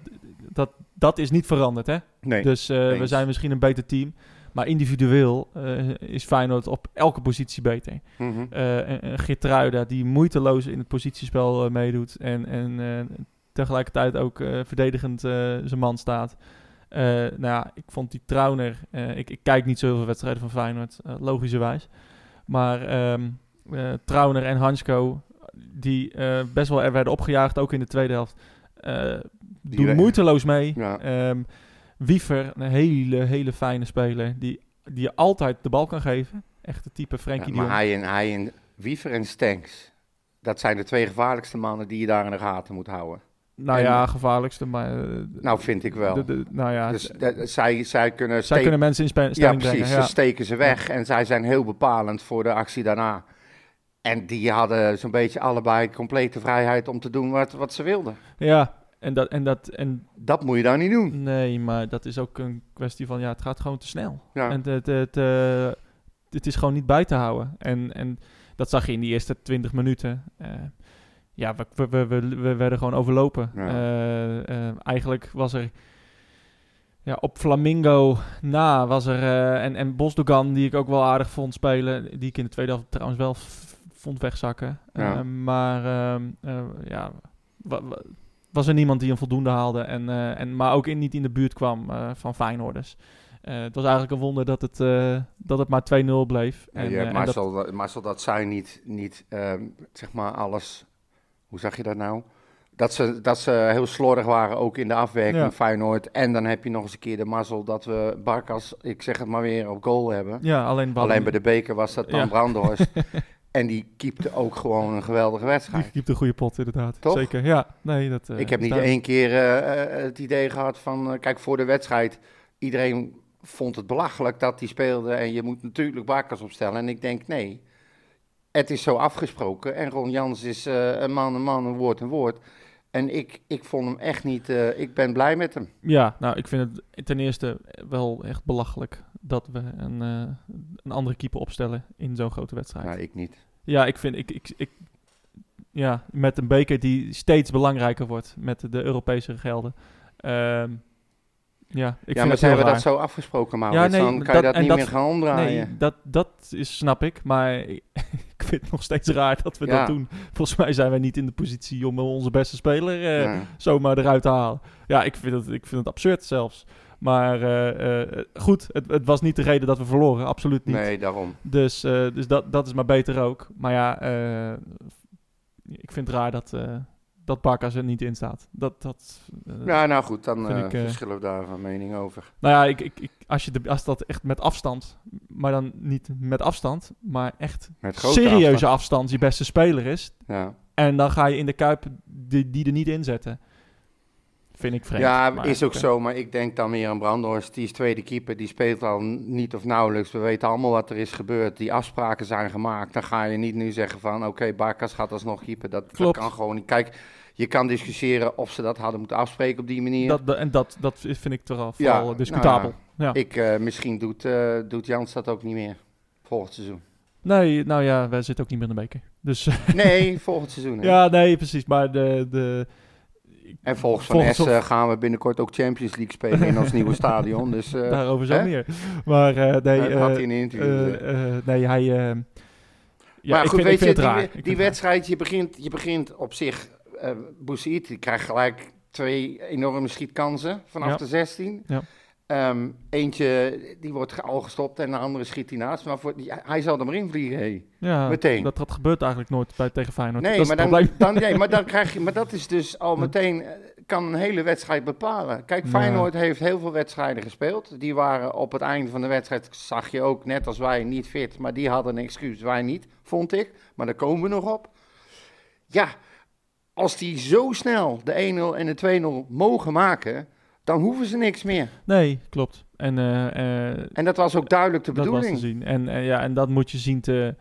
Speaker 1: dat, dat is niet veranderd, hè?
Speaker 2: Nee,
Speaker 1: dus eh, we
Speaker 2: eens.
Speaker 1: zijn misschien een beter team. Maar individueel eh, is Feyenoord op elke positie beter.
Speaker 2: Mhm.
Speaker 1: Eh en, en Geertruida, die moeiteloos in het positiespel eh, meedoet. En, en eh, tegelijkertijd ook eh, verdedigend eh, zijn man staat. Eh, nou ja, ik vond die Trauner... eh, ik, ik kijk niet zoveel wedstrijden van Feyenoord, eh, logischerwijs. Maar ehm eh, Trauner en Hansko, die eh, best wel er werden opgejaagd, ook in de tweede helft... eh, doen
Speaker 2: re-
Speaker 1: moeiteloos mee.
Speaker 2: Ja.
Speaker 1: Ehm, Wiever, een hele, hele fijne speler... die, die je altijd de bal kan geven. Echt het type
Speaker 2: Ja,
Speaker 1: Frenkie de
Speaker 2: maar
Speaker 1: Jong.
Speaker 2: hij en, hij en Wiever en Stenks, dat zijn de twee gevaarlijkste mannen die je daar in de gaten moet houden.
Speaker 1: Nou
Speaker 2: En-
Speaker 1: ja, gevaarlijkste, maar... eh,
Speaker 2: Nou, vind ik wel.
Speaker 1: de- de- nou ja,
Speaker 2: dus
Speaker 1: d-
Speaker 2: dat- zij, zij kunnen...
Speaker 1: zij
Speaker 2: steken-
Speaker 1: kunnen mensen in spe-
Speaker 2: Ja,
Speaker 1: stelling
Speaker 2: precies. dus-
Speaker 1: brengen. Ja.
Speaker 2: Ze steken ze weg en zij zijn heel bepalend voor de actie daarna. En die hadden zo'n beetje allebei complete vrijheid om te doen wat, wat ze wilden.
Speaker 1: ja, en dat... En dat en,
Speaker 2: Dat moet je daar niet doen.
Speaker 1: nee, maar dat is ook een kwestie van... Ja, het gaat gewoon te snel.
Speaker 2: Ja.
Speaker 1: En het, het, eh, het is gewoon niet bij te houden. En, en dat zag je in die eerste 20 minuten. Eh, ja, we, we, we, we, we werden gewoon overlopen.
Speaker 2: Ja.
Speaker 1: Eh, eh, eigenlijk was er... Ja, op Flamingo na was er... eh, en, en Bosdogan, die ik ook wel aardig vond spelen. Die ik in de tweede helft trouwens wel v- vond wegzakken.
Speaker 2: Ja.
Speaker 1: Eh, maar ehm, eh, ja, wa- wa- was er niemand die een voldoende haalde. En, eh, en, maar ook in, niet in de buurt kwam eh, van Feyenoorders. Eh, het was eigenlijk een wonder dat het, eh, dat het maar 2-0 bleef.
Speaker 2: En, je
Speaker 1: eh,
Speaker 2: hebt
Speaker 1: en dat-
Speaker 2: Marcel, dat... Marcel, dat zij niet, niet ehm, zeg maar alles... Hoe zag je dat nou? Dat ze, dat ze heel slordig waren, ook in de afwerking
Speaker 1: Ja.
Speaker 2: Feyenoord. En dan heb je nog eens een keer de mazzel dat we Barkas, ik zeg het maar weer, op goal hebben.
Speaker 1: ja, alleen, we
Speaker 2: Alleen bij
Speaker 1: hadden-
Speaker 2: de beker was dat dan
Speaker 1: Ja.
Speaker 2: Brandhorst. en die keepte ook gewoon een geweldige wedstrijd.
Speaker 1: die keept een goede pot, inderdaad.
Speaker 2: Toch?
Speaker 1: Zeker, ja. Nee, dat, eh,
Speaker 2: Ik heb niet
Speaker 1: daar-
Speaker 2: één keer eh, eh, het idee gehad van, eh, kijk, voor de wedstrijd, iedereen vond het belachelijk dat die speelde en je moet natuurlijk Bakers opstellen. En ik denk, nee, het is zo afgesproken en Ron Jans is eh, een man, een man, een woord, een woord. En ik, ik vond hem echt niet, eh, ik ben blij met hem.
Speaker 1: Ja, nou, ik vind het ten eerste wel echt belachelijk dat we een, eh, een andere keeper opstellen in zo'n grote wedstrijd.
Speaker 2: Nou, ik niet.
Speaker 1: Ja, ik vind... Ik, ik, ik, ja, met een beker die steeds belangrijker wordt met de Europese gelden. Ehm, ja, ik
Speaker 2: ja,
Speaker 1: vind
Speaker 2: maar
Speaker 1: het
Speaker 2: zijn
Speaker 1: heel
Speaker 2: we
Speaker 1: raar.
Speaker 2: dat zo afgesproken, Maurits?
Speaker 1: nee,
Speaker 2: dan kan
Speaker 1: dat-
Speaker 2: je dat
Speaker 1: en
Speaker 2: niet
Speaker 1: dat-
Speaker 2: meer gaan omdraaien.
Speaker 1: Nee, dat, dat is, snap ik. Maar ik vind het nog steeds raar dat we
Speaker 2: Ja.
Speaker 1: dat doen. Volgens mij zijn wij niet in de positie om onze beste speler eh,
Speaker 2: Ja.
Speaker 1: zomaar eruit te halen. Ja, ik vind het, ik vind het absurd zelfs. Maar eh, eh, goed, het, het was niet de reden dat we verloren. Absoluut niet.
Speaker 2: nee, daarom.
Speaker 1: Dus, eh, dus dat, dat is maar beter ook. Maar ja, eh, ik vind het raar dat, eh dat Barkas er niet in staat. Dat, dat, eh,
Speaker 2: Ja, nou goed, dan
Speaker 1: Vind
Speaker 2: eh,
Speaker 1: ik, eh,
Speaker 2: verschillen we daar van mening over.
Speaker 1: Nou ja, ik, ik, ik, als, je de, als dat echt met afstand, maar dan niet met afstand, maar echt
Speaker 2: Met grote
Speaker 1: serieuze
Speaker 2: afstand.
Speaker 1: afstand. je beste speler is.
Speaker 2: Ja,
Speaker 1: En dan ga je in de Kuip die, die er niet in zetten. Vind ik vreemd.
Speaker 2: ja
Speaker 1: maar
Speaker 2: is ook
Speaker 1: oké.
Speaker 2: zo, maar ik denk dan meer aan Brandhorst. Die is tweede keeper, die speelt al n- niet of nauwelijks. We weten allemaal wat er is gebeurd. Die afspraken zijn gemaakt. Dan ga je niet nu zeggen van, oké, Barkas gaat alsnog keeper. Dat, dat
Speaker 1: Klopt.
Speaker 2: kan gewoon niet. Kijk, je kan discussiëren of ze dat hadden moeten afspreken op die manier.
Speaker 1: eh, Dat, dat- en dat, dat is- vind ik toch al
Speaker 2: Ja,
Speaker 1: vooral
Speaker 2: nou
Speaker 1: discutabel. ja.
Speaker 2: Ik, eh, misschien doet, eh, doet Jans dat ook niet meer. Volgend seizoen.
Speaker 1: Nee, nou ja, wij zitten ook niet meer in de beker. Dus
Speaker 2: Nee, volgend seizoen. hè.
Speaker 1: ja, nee, precies. Maar de, de,
Speaker 2: En volgens Van
Speaker 1: Volgens-
Speaker 2: Essen gaan we binnenkort ook Champions League spelen in ons nieuwe stadion. Dus eh,
Speaker 1: daarover zo
Speaker 2: hè? Nou,
Speaker 1: meer. Maar eh, nee,
Speaker 2: dat had
Speaker 1: eh,
Speaker 2: hij in een interview. gezegd.
Speaker 1: eh, eh, nee, hij... eh, ja,
Speaker 2: maar
Speaker 1: ik
Speaker 2: goed,
Speaker 1: vind, ik
Speaker 2: weet
Speaker 1: vind het
Speaker 2: je,
Speaker 1: raar.
Speaker 2: die-
Speaker 1: Ik
Speaker 2: die,
Speaker 1: vind het raar.
Speaker 2: wedstrijd, je begint, je begint op zich, eh Bouzid, die krijgt gelijk twee enorme schietkansen vanaf
Speaker 1: Ja.
Speaker 2: de 16.
Speaker 1: Ja.
Speaker 2: Ehm, eentje, die wordt ge- al gestopt en de andere schiet hij naast. Maar voor, die- hij zal hem erin vliegen, hé.
Speaker 1: Ja,
Speaker 2: Meteen.
Speaker 1: Dat, dat gebeurt eigenlijk nooit bij, tegen Feyenoord.
Speaker 2: Nee,
Speaker 1: dat
Speaker 2: maar
Speaker 1: is het
Speaker 2: dan,
Speaker 1: probleem.
Speaker 2: dan, nee, maar dan krijg je. Maar dat is dus al meteen. eh, kan een hele wedstrijd bepalen. Kijk,
Speaker 1: Ja.
Speaker 2: Feyenoord heeft heel veel wedstrijden gespeeld. Die waren op het einde van de wedstrijd. zag je ook net als wij niet fit. Maar die hadden een excuus. Wij niet, vond ik. Maar daar komen we nog op. Ja, als die zo snel de 1-0 en de 2-0 mogen maken. dan hoeven ze niks meer.
Speaker 1: Nee, klopt. En eh, eh,
Speaker 2: En dat was ook duidelijk de
Speaker 1: dat was te
Speaker 2: bedoeling.
Speaker 1: zien. En, en ja, en dat moet je zien te,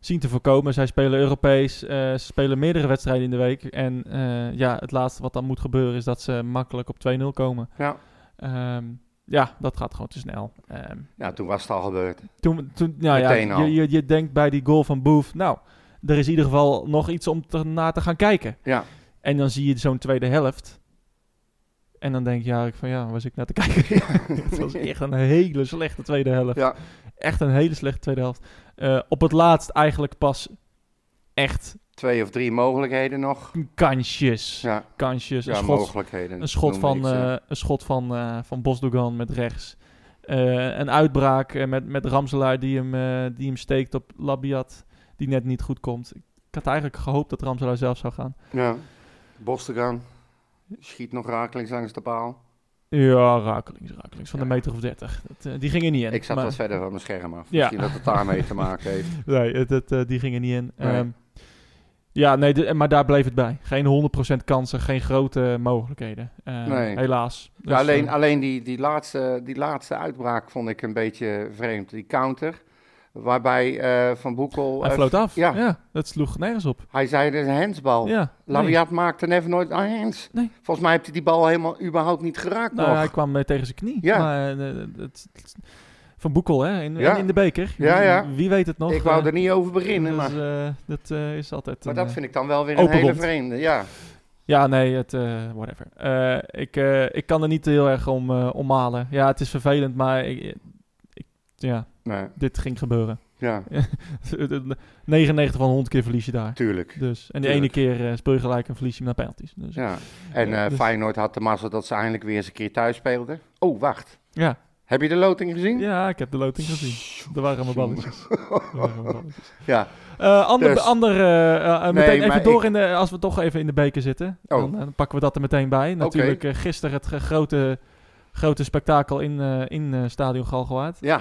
Speaker 1: zien te voorkomen. Zij spelen Europees, eh, ze spelen meerdere wedstrijden in de week. En eh, ja, het laatste wat dan moet gebeuren is dat ze makkelijk op 2-0 komen.
Speaker 2: Ja.
Speaker 1: Ehm, ja, dat gaat gewoon te snel. Ehm,
Speaker 2: ja, toen was het al gebeurd.
Speaker 1: toen, toen, nou ja,
Speaker 2: Meteen al.
Speaker 1: je, je, je denkt bij die goal van Boef, nou, er is in ieder geval nog iets om te, naar te gaan kijken.
Speaker 2: Ja.
Speaker 1: En dan zie je zo'n tweede helft. En dan denk je eigenlijk van, ja, waar was ik naar te kijken? Het was echt een hele slechte tweede helft.
Speaker 2: Ja.
Speaker 1: Echt een hele slechte tweede helft. Eh, op het laatst eigenlijk pas echt
Speaker 2: Twee of drie mogelijkheden nog.
Speaker 1: kansjes.
Speaker 2: Ja,
Speaker 1: Kansjes,
Speaker 2: ja
Speaker 1: een schot,
Speaker 2: mogelijkheden.
Speaker 1: een schot
Speaker 2: noemde ik
Speaker 1: van,
Speaker 2: ze.
Speaker 1: eh, een schot van, eh, van Bosdogan met rechts. Eh, een uitbraak eh, met, met Ramselaar die hem, eh, die hem steekt op Labiat, die net niet goed komt. Ik had eigenlijk gehoopt dat Ramselaar zelf zou gaan.
Speaker 2: Ja, Bostegan schiet nog rakelings langs de paal.
Speaker 1: Ja, rakelings, rakelings. Van
Speaker 2: Ja.
Speaker 1: de meter of dertig. Dat, eh, die gingen niet in.
Speaker 2: Ik zat
Speaker 1: maar-
Speaker 2: wat verder van mijn scherm af.
Speaker 1: Ja.
Speaker 2: Misschien dat het daarmee te maken heeft.
Speaker 1: Nee, het, het, eh, die gingen niet in.
Speaker 2: Nee.
Speaker 1: Ehm, ja, nee, de- maar daar bleef het bij. Geen 100% kansen, geen grote mogelijkheden. Ehm,
Speaker 2: Nee.
Speaker 1: Helaas. Dus,
Speaker 2: Ja, alleen
Speaker 1: eh,
Speaker 2: alleen die, die, laatste, die laatste uitbraak vond ik een beetje vreemd. Die counter, waarbij eh, Van Boekel...
Speaker 1: hij
Speaker 2: eh,
Speaker 1: floot af.
Speaker 2: ja.
Speaker 1: Ja. dat sloeg nergens op.
Speaker 2: hij zei, dat is een handsbal.
Speaker 1: Ja, nee.
Speaker 2: Labiat maakte never nooit een hands.
Speaker 1: Nee.
Speaker 2: Volgens mij heeft hij die bal helemaal überhaupt niet geraakt
Speaker 1: Nou,
Speaker 2: nog.
Speaker 1: hij kwam eh, tegen zijn knie.
Speaker 2: Ja.
Speaker 1: Maar, eh, eh, het- het- van Boekel, hè? In,
Speaker 2: Ja.
Speaker 1: in, in de beker.
Speaker 2: Ja, ja.
Speaker 1: Wie weet het nog.
Speaker 2: ik wou
Speaker 1: eh,
Speaker 2: er niet over beginnen,
Speaker 1: dus,
Speaker 2: maar,
Speaker 1: eh, dat eh, is altijd...
Speaker 2: maar
Speaker 1: een,
Speaker 2: dat
Speaker 1: eh,
Speaker 2: vind ik dan wel weer een
Speaker 1: open
Speaker 2: hele
Speaker 1: wond.
Speaker 2: vreemde. Ja.
Speaker 1: Ja, nee, het, eh, whatever. Eh, ik, eh, ik kan er niet heel erg om, eh, om malen. Ja, het is vervelend, maar ik, eh, ik- ja,
Speaker 2: Nee,
Speaker 1: dit ging gebeuren.
Speaker 2: ja,
Speaker 1: 99 van 100 keer verlies je daar.
Speaker 2: tuurlijk.
Speaker 1: Dus, en de ene
Speaker 2: Tuurlijk.
Speaker 1: keer eh, speel je gelijk en verlies je hem naar penalties. Dus, ja.
Speaker 2: Ja, en
Speaker 1: Ja,
Speaker 2: eh,
Speaker 1: dus-
Speaker 2: Feyenoord had de mazzel dat ze eindelijk weer eens een keer thuis speelden. Oh, wacht.
Speaker 1: Ja.
Speaker 2: Heb je de loting gezien?
Speaker 1: ik heb de loting gezien. Er waren mijn balletjes. Er waren mijn balletjes.
Speaker 2: Ja.
Speaker 1: Eh, ander,
Speaker 2: Dus-
Speaker 1: ander eh, eh, meteen
Speaker 2: Nee, maar
Speaker 1: even door,
Speaker 2: ik-
Speaker 1: in de, als we toch even in de beker zitten.
Speaker 2: Oh.
Speaker 1: Dan, eh, dan pakken we dat er meteen bij. Natuurlijk eh, gisteren het ge- grote, grote spektakel in, eh, in eh, Stadion Galgenwaard.
Speaker 2: Ja.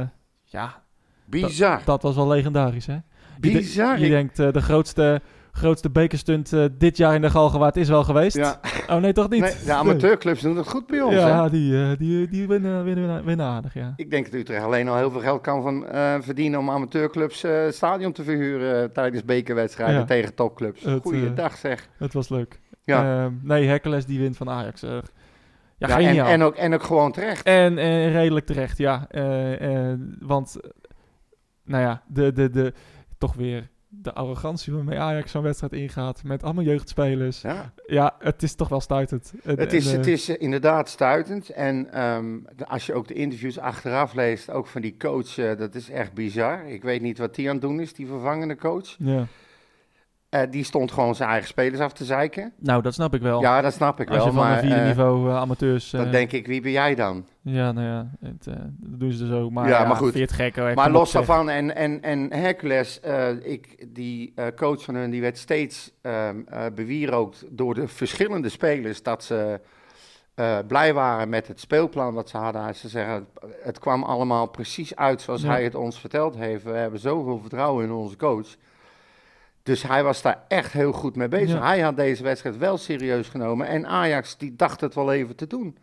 Speaker 1: Eh, ja,
Speaker 2: Bizar.
Speaker 1: dat was wel legendarisch hè. Ieder-
Speaker 2: Bizar.
Speaker 1: Je
Speaker 2: Ik-
Speaker 1: denkt eh, de grootste, grootste bekerstunt eh, dit jaar in de Galgenwaard is wel geweest.
Speaker 2: Ja,
Speaker 1: Oh nee, toch niet?
Speaker 2: nee, de amateurclubs doen dat goed bij ons.
Speaker 1: Ja,
Speaker 2: hè?
Speaker 1: die, eh, die, die winnen, winnen, winnen aardig, ja.
Speaker 2: Ik denk dat Utrecht alleen al heel veel geld kan van, eh, verdienen om amateurclubs eh, stadion te verhuren eh, tijdens bekerwedstrijden
Speaker 1: Ja.
Speaker 2: tegen topclubs.
Speaker 1: Het, eh,
Speaker 2: Goeiedag zeg.
Speaker 1: Het was leuk.
Speaker 2: Ja.
Speaker 1: Ehm, nee, Hercules die wint van Ajax. eh. ja,
Speaker 2: Ja, en,
Speaker 1: geniaal. En,
Speaker 2: en, ook, en ook gewoon terecht.
Speaker 1: eh, redelijk terecht, ja. Eh, eh, want, eh, nou ja, de, de, de, toch weer de arrogantie waarmee Ajax zo'n wedstrijd ingaat. Met allemaal jeugdspelers. Ja,
Speaker 2: Ja.
Speaker 1: het is toch wel stuitend. En-
Speaker 2: Het is,
Speaker 1: en, eh,
Speaker 2: het is eh, inderdaad stuitend. En ehm, de- als je ook de interviews achteraf leest, ook van die coach, eh, dat is echt bizar. Ik weet niet wat die aan het doen is, die vervangende coach.
Speaker 1: Ja,
Speaker 2: Eh, die stond gewoon zijn eigen spelers af te zeiken.
Speaker 1: Nou, dat snap ik wel.
Speaker 2: Ja, dat snap ik
Speaker 1: Als je
Speaker 2: wel.
Speaker 1: van een
Speaker 2: Maar
Speaker 1: vierde
Speaker 2: eh,
Speaker 1: niveau eh, amateurs...
Speaker 2: dan
Speaker 1: eh,
Speaker 2: denk ik, wie ben jij dan?
Speaker 1: Ja, nou ja, het, eh, dat doen ze dus ook. Maar,
Speaker 2: Ja,
Speaker 1: ja,
Speaker 2: maar goed.
Speaker 1: vind je het gek, hoor,
Speaker 2: Maar
Speaker 1: kom op,
Speaker 2: los
Speaker 1: zeg.
Speaker 2: daarvan, en, en, en Hercules, eh, ik, die eh, coach van hun, die werd steeds ehm eh, bewierookt door de verschillende spelers dat ze eh, blij waren met het speelplan wat ze hadden. En Ze zeggen, het kwam allemaal precies uit zoals
Speaker 1: Ja.
Speaker 2: hij het ons verteld heeft. We hebben zoveel vertrouwen in onze coach. Dus hij was daar echt heel goed mee bezig.
Speaker 1: Ja.
Speaker 2: Hij had deze wedstrijd wel serieus genomen. En Ajax, die dacht het wel even te doen.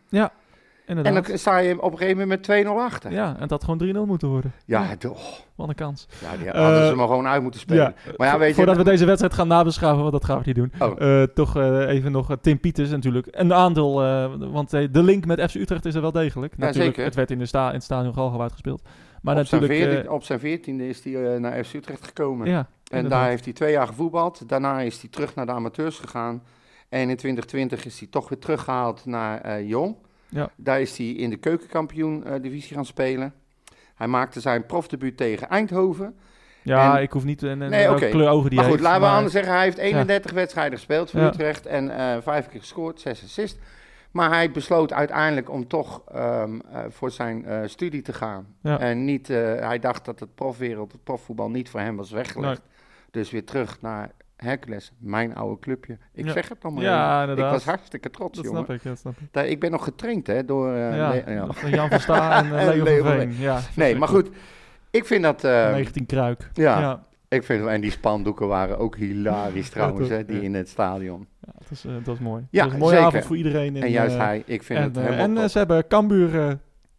Speaker 1: Inderdaad.
Speaker 2: En dan sta je op een gegeven moment met 2-0 achter. Ja,
Speaker 1: Ja, en dat gewoon 3-0 moeten worden.
Speaker 2: toch.
Speaker 1: Wat een kans.
Speaker 2: Ja, die hadden
Speaker 1: Eh,
Speaker 2: ze maar gewoon uit moeten spelen. Maar ja, weet je...
Speaker 1: Voordat we deze wedstrijd gaan nabeschouwen, want dat gaan we niet doen.
Speaker 2: Oh.
Speaker 1: eh, toch eh, even nog eh, Tim Pieters natuurlijk. Een aandeel, eh, want eh, de link met FC Utrecht is er wel degelijk. Natuurlijk,
Speaker 2: zeker.
Speaker 1: het werd in, de sta in het stadion Galgenwaard gespeeld. Maar
Speaker 2: op, zijn
Speaker 1: natuurlijk... eh,
Speaker 2: veertien- op zijn veertiende is hij eh, naar FC Utrecht gekomen.
Speaker 1: ja,
Speaker 2: en
Speaker 1: inderdaad.
Speaker 2: daar heeft hij twee jaar gevoetbald. Daarna is hij terug naar de amateurs gegaan. En in 2020 is hij toch weer teruggehaald naar eh, Jong.
Speaker 1: Ja.
Speaker 2: Daar is hij in de keukenkampioen-divisie gaan spelen. Hij maakte zijn profdebuut tegen Eindhoven.
Speaker 1: Ja,
Speaker 2: en-
Speaker 1: ik hoef niet... En, en
Speaker 2: Nee,
Speaker 1: welke
Speaker 2: oké.
Speaker 1: kleur ogen die
Speaker 2: maar goed,
Speaker 1: heeft,
Speaker 2: laten we
Speaker 1: maar-
Speaker 2: anders zeggen, hij heeft 31 wedstrijden gespeeld voor
Speaker 1: Ja.
Speaker 2: Utrecht en eh, vijf keer gescoord, zes assist. Maar hij besloot uiteindelijk om toch ehm, eh, voor zijn eh, studie te gaan.
Speaker 1: Ja.
Speaker 2: En niet, eh, hij dacht dat het profwereld, het profvoetbal niet voor hem was weggelegd. Dus weer terug naar Hercules, mijn oude clubje. Ik
Speaker 1: Ja.
Speaker 2: zeg het nog maar
Speaker 1: Ja,
Speaker 2: even.
Speaker 1: inderdaad.
Speaker 2: Ik was hartstikke trots,
Speaker 1: Dat
Speaker 2: jongen.
Speaker 1: snap ik, dat snap ik.
Speaker 2: Daar- ik ben nog getraind, hè, door... eh,
Speaker 1: ja,
Speaker 2: Le- ja.
Speaker 1: van Jan van Staa en eh,
Speaker 2: En
Speaker 1: Leo
Speaker 2: Leo
Speaker 1: van
Speaker 2: van
Speaker 1: Veen. Ja,
Speaker 2: Nee, maar goed, ik vind dat... eh,
Speaker 1: 19 Kruik.
Speaker 2: ja,
Speaker 1: ja.
Speaker 2: ik vind, en die spandoeken waren ook hilarisch trouwens,
Speaker 1: toch?
Speaker 2: hè, die
Speaker 1: Ja.
Speaker 2: in het stadion.
Speaker 1: Ja, dat, is, eh, dat is mooi.
Speaker 2: Ja,
Speaker 1: dat is een mooie
Speaker 2: zeker.
Speaker 1: avond voor iedereen. In,
Speaker 2: En juist
Speaker 1: eh,
Speaker 2: hij, ik vind
Speaker 1: en,
Speaker 2: het
Speaker 1: eh,
Speaker 2: helemaal
Speaker 1: en, eh,
Speaker 2: top.
Speaker 1: ze hebben Cambuur eh,